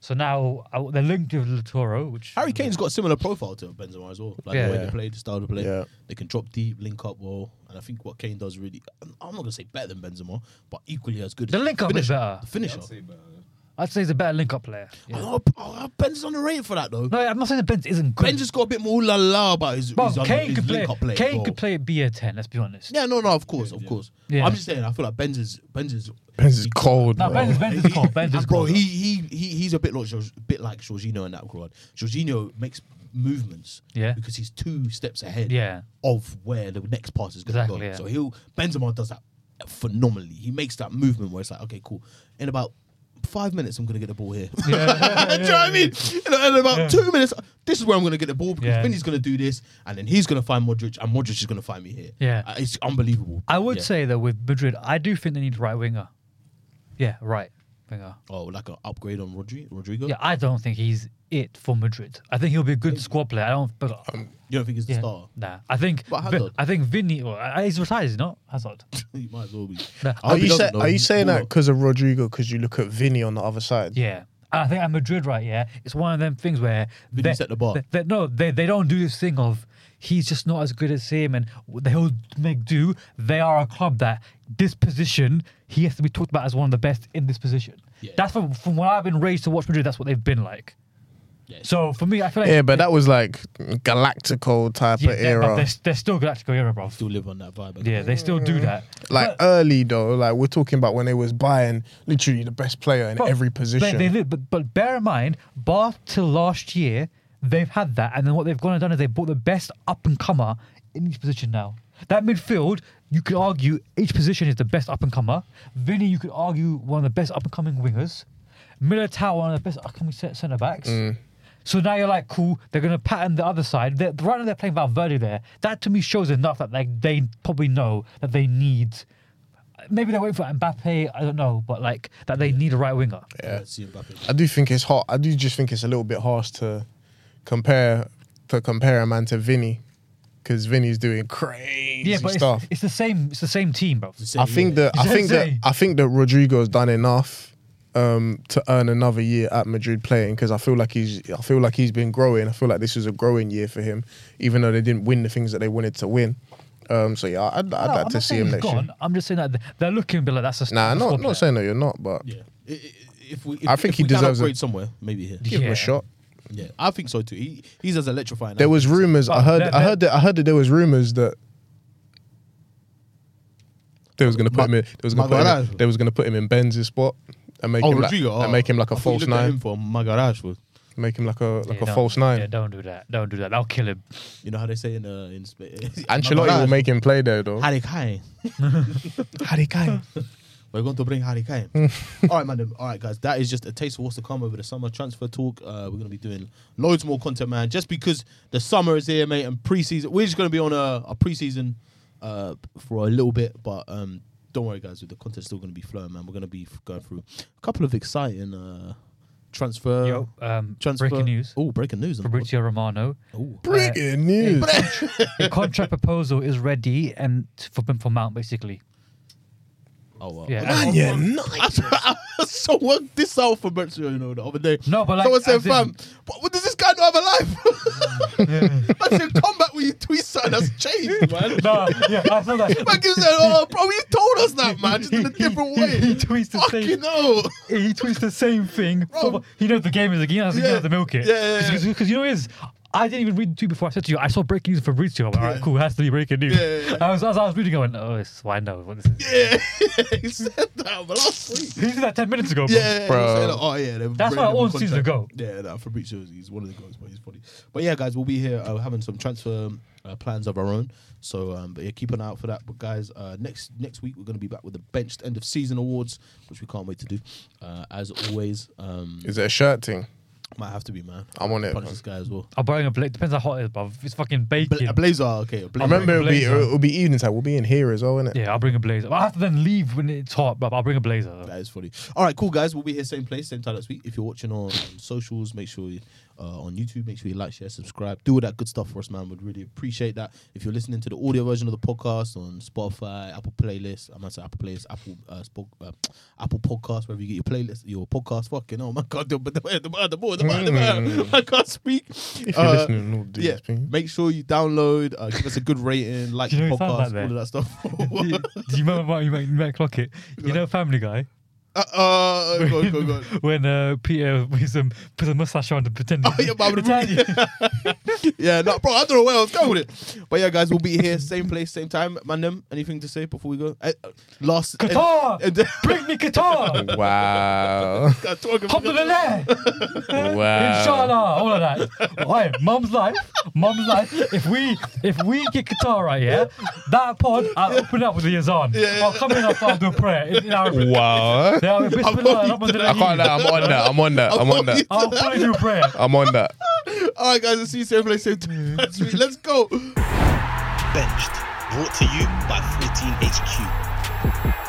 S4: So now uh, they're linked with Latoro, which
S3: Harry Kane's got a similar profile to Benzema as well. Like
S4: Yeah.
S3: the way they
S5: Yeah.
S3: play, the style they play.
S5: Yeah.
S3: They can drop deep, link up well. And I think what Kane does really, I'm not going to say better than Benzema, but equally as good.
S4: The link up is
S3: Finisher.
S4: better.
S3: The finisher.
S4: I'd say he's a better link up player. Yeah.
S3: Oh, oh, Ben's underrated for that, though.
S4: No, I'm not saying that Benz isn't good.
S3: Ben just got a bit more la la about his,
S4: But
S3: his, under-
S4: Kane
S3: his
S4: could play.
S3: link-up play.
S4: Kane
S3: bro.
S4: could play at B at ten. Let's be honest.
S3: Yeah, no, no, of course, of course.
S4: Yeah.
S3: I'm just saying, I feel like Benz is Benz is
S5: Benz is cold,
S4: No,
S5: bro.
S4: Benz is Benz is cold. Benz is
S3: and *laughs* bro,
S4: cold.
S3: he, he he he's a bit like Jor- bit like Jorginho in that regard. Jorginho makes movements
S4: Yeah.
S3: because he's two steps ahead
S4: Yeah.
S3: of where the next pass is gonna
S4: Exactly,
S3: go.
S4: yeah.
S3: So he'll Benzema does that phenomenally. He makes that movement where it's like, okay, cool. In about five minutes I'm gonna get the ball here. *laughs* Do you know what I mean? In, in about two minutes, this is where I'm going to get the ball because
S4: Yeah.
S3: Vinny's going to do this, and then he's going to find Modric, and Modric is going to find me here.
S4: Yeah.
S3: Uh, it's unbelievable.
S4: I would
S3: Yeah.
S4: say though with Madrid, I do think they need a right winger. Yeah, right winger.
S3: oh, like an upgrade on Rodri, Rodrigo.
S4: Yeah, I don't think he's it for Madrid. I think he'll be a good squad player. I don't. But,
S3: you don't think he's the
S4: yeah,
S3: star?
S4: nah. I think.
S3: But
S4: Vi-
S3: Hazard.
S4: I think Vinny. Well, uh, he's retired, is not Hazard.
S3: he might as well be.
S4: No.
S3: I hope
S5: Are
S3: he
S5: you,
S3: doesn't,
S5: say,
S3: though.
S5: are you saying
S3: Ball
S5: that
S3: up.
S5: because of Rodrigo? Because you look at Vinny on the other side.
S4: Yeah, And I think at Madrid, right? Yeah, it's one of them things where
S3: They do set the bar.
S4: they- they- no, they they don't do this thing of he's just not as good as him, and they'll make do. They are a club that this position he has to be talked about as one of the best in this position.
S3: Yeah.
S4: That's from from what I've been raised to watch Madrid. That's what they've been like.
S3: Yeah.
S4: So for me, I feel like
S5: Yeah, but that was like Galactico type
S4: yeah,
S5: of
S4: they're,
S5: era.
S4: They're, they're still Galactico era, bro.
S3: Still live on that vibe.
S4: Yeah, they still do that.
S5: like early though, like we're talking about when they was buying literally the best player in
S4: Bro,
S5: every
S4: They,
S5: position.
S4: they did, but, but bear in mind, bar till last year, they've had that, and then what they've gone and done is they bought the best up and comer in each position now. That midfield, you could argue each position is the best up and comer. Vinny, you could argue one of the best up and coming wingers. Militao, one of the best up and coming centre backs.
S5: Mm.
S4: So now you're like, cool. They're gonna pattern the other side. They're, right now they're playing Valverde there. That to me shows enough that like they probably know that they need. Maybe they're waiting for Mbappe. I don't know, but like that they need a right winger.
S3: Yeah. See Mbappe.
S5: I do think it's hot. I do just think it's a little bit harsh to compare to compare a man to Vinny because Vinny's doing crazy
S4: Yeah, but
S5: stuff.
S4: it's, it's the same. It's the same team, bro.
S3: It's the
S5: I
S3: same,
S5: think
S3: yeah.
S5: that I
S4: Is that
S5: think that
S4: insane?
S5: I think that Rodrigo's done enough um, to earn another year at Madrid playing because I feel like he's I feel like he's been growing. I feel like this is a growing year for him, even though they didn't win the things that they wanted to win. Um, so yeah, I'd, I'd
S4: No,
S5: like
S4: I'm
S5: to
S4: not
S5: see
S4: saying
S5: him
S4: he's
S5: next
S4: gone.
S5: year.
S4: I'm just saying that th- they're looking, but like that's a
S5: Nah,
S4: a
S5: not
S4: squad player.
S5: not saying that you're not, but
S3: Yeah. I- I- If we, if,
S5: I think
S3: if
S5: he
S3: we can
S5: deserves a-
S3: upgrade somewhere, maybe here.
S5: give him
S4: Yeah.
S5: a shot.
S3: Yeah, I think so too. He, he's as electrifying.
S5: There was
S3: as-
S5: rumors. I
S4: But
S5: heard.
S4: that-
S5: I
S4: that-
S5: heard that. I heard that there was rumors that they was gonna put him. In, they was gonna put him. in-
S3: Magalhaes.
S5: They was gonna put him in Benz's spot and make
S3: Oh,
S5: him
S3: Rodrigo.
S5: like,
S3: oh.
S5: and make him like
S3: I
S5: a
S3: thought you
S5: false
S3: looked at Him
S5: nine.
S3: for Magaraj was.
S5: Make him like a
S4: Yeah,
S5: like a
S4: don't-
S5: false nine.
S4: Yeah, don't do that. Don't do that. That'll kill him.
S3: You know how they say in uh, in *laughs* Spain.
S5: Ancelotti will make him play there though.
S3: Harry Kane.
S5: Harry Kane.
S3: We're going to bring Harry Kane. all right, man. All right, guys. That is just a taste of what's to come over the summer transfer talk. Uh, we're going to be doing loads more content, man. Just because the summer is here, mate, and preseason. We're just going to be on a, a preseason uh, for a little bit, but um, don't worry, guys. The content's still going to be flowing, man. We're going to be going through a couple of exciting uh, transfer.
S4: Yo, um,
S3: Transfer.
S4: breaking news.
S3: Oh, breaking news. on the pod.
S4: Fabrizio Romano.
S3: Ooh.
S5: Breaking news.
S4: The contract proposal is ready and for for Mount basically.
S3: Oh, wow.
S5: *laughs*
S4: Yeah.
S5: Man, you're nice.
S3: *laughs* so work this out for Benzio, you know, the other day.
S4: No, but like,
S3: someone said,
S4: as in-
S3: "Fam, what, what does this guy not have a *laughs* life?" I said, "Come back when you tweet something that's
S4: *laughs*
S3: changed, man."
S4: no, yeah, I
S5: *laughs*
S4: saw that.
S3: Like you said, "Oh, bro, you told us that, man, just in a different way."
S4: He tweets the same.
S3: Fucking hell. *laughs*
S4: he tweets the same thing.
S3: Bro.
S4: He knows the game is a game. He
S3: Yeah.
S4: knows the milk it.
S3: Yeah, yeah, yeah.
S4: Because you know what it is. I didn't even read the tweet before I said to you. I saw breaking news for Fabrizio. I'm like, all right, cool. It has to be breaking news.
S3: Yeah, yeah,
S4: I was, as I was reading, I went, oh, this, well, I know what this is.
S3: Yeah, he said that, but last week.
S4: He did that ten minutes ago. bro.
S3: Yeah,
S5: Bro.
S3: he was saying, like, oh yeah, they're
S4: That's
S3: bringing
S4: why
S3: him
S4: all
S3: on
S4: season
S3: contract. Yeah, nah, Fabrizio is he's one of the guys, but he's funny. But yeah, guys, we'll be here uh, having some transfer uh, plans of our own. So, um, but yeah, keep an eye out for that. But guys, uh, next next week we're going to be back with the benched end of season awards, which we can't wait to do. Uh, as always, um,
S5: Is it a shirt thing?
S3: might have to be man.
S5: I'm on it,
S3: Punch
S5: man.
S3: this guy as well.
S4: I'm wearing a blazer. Depends how hot it is, but it's fucking
S3: Bla-
S4: baking.
S3: a blazer, okay. A blazer.
S5: I remember it'll be
S4: Blazer.
S5: it'll be evening time. We'll be in here as well, innit?
S4: yeah, I'll bring a blazer. I have to then leave when it's hot, but I'll bring a blazer.
S3: That is funny. All right, cool guys. We'll be here same place, same time next week. If you're watching on socials, make sure you uh, on YouTube, make sure you like, share, subscribe, do all that good stuff for us, man. We'd really appreciate that. If you're listening to the audio version of the podcast on Spotify, Apple Playlist, I might say Apple Playlist, Apple uh, Spo- uh, Apple Podcast, wherever you get your playlist, your podcast. Fucking oh my god, the the the the boy, the boy, the
S4: Mm.
S3: boy. I can't speak.
S5: If you're listening, all these
S3: Uh, yeah,
S5: things.
S3: make sure you download, uh, give us a good rating, like
S4: *laughs* Do you
S3: the
S4: know what it
S3: podcast,
S4: sounds like
S3: all of that
S4: Do you, *laughs*
S3: stuff. *laughs*
S4: do you remember what you might, you might clock it? You know Family Guy?
S3: uh, uh, go on, go on, go on.
S4: when uh, Peter puts a, puts a mustache on to pretend
S3: *laughs* Oh, yeah, but I would-
S4: Italian.
S3: *laughs* yeah, no, bro, I don't know where I was going with it. But yeah, guys, we'll be here, same place, same time. Mandem, anything to say before we go? Uh, uh, last. eh, *laughs*
S4: Qatar!
S3: And, and,
S4: Bring
S3: *laughs*
S4: me Qatar! *laughs*
S5: Wow.
S3: God, talking
S4: Hop to the left!
S3: Um.
S5: Wow.
S4: Inshallah, all of that. Oi, mum's life, mum's life. If we if we get Qatar right, yeah, that pod I'll open up with the azan. I'll come in, I'll, I'll do a prayer in, in Arabic.
S5: Wow.
S4: Yeah, I'll,
S5: I can't lie, I'm on that. I'm on that. I'm on that.
S4: I'll fully do a prayer.
S5: I'm on that.
S3: All right, guys, I'll see you same place, same
S4: Mm.
S3: *laughs* time. next week. Let's go.
S6: Benched. Brought to you by 14HQ.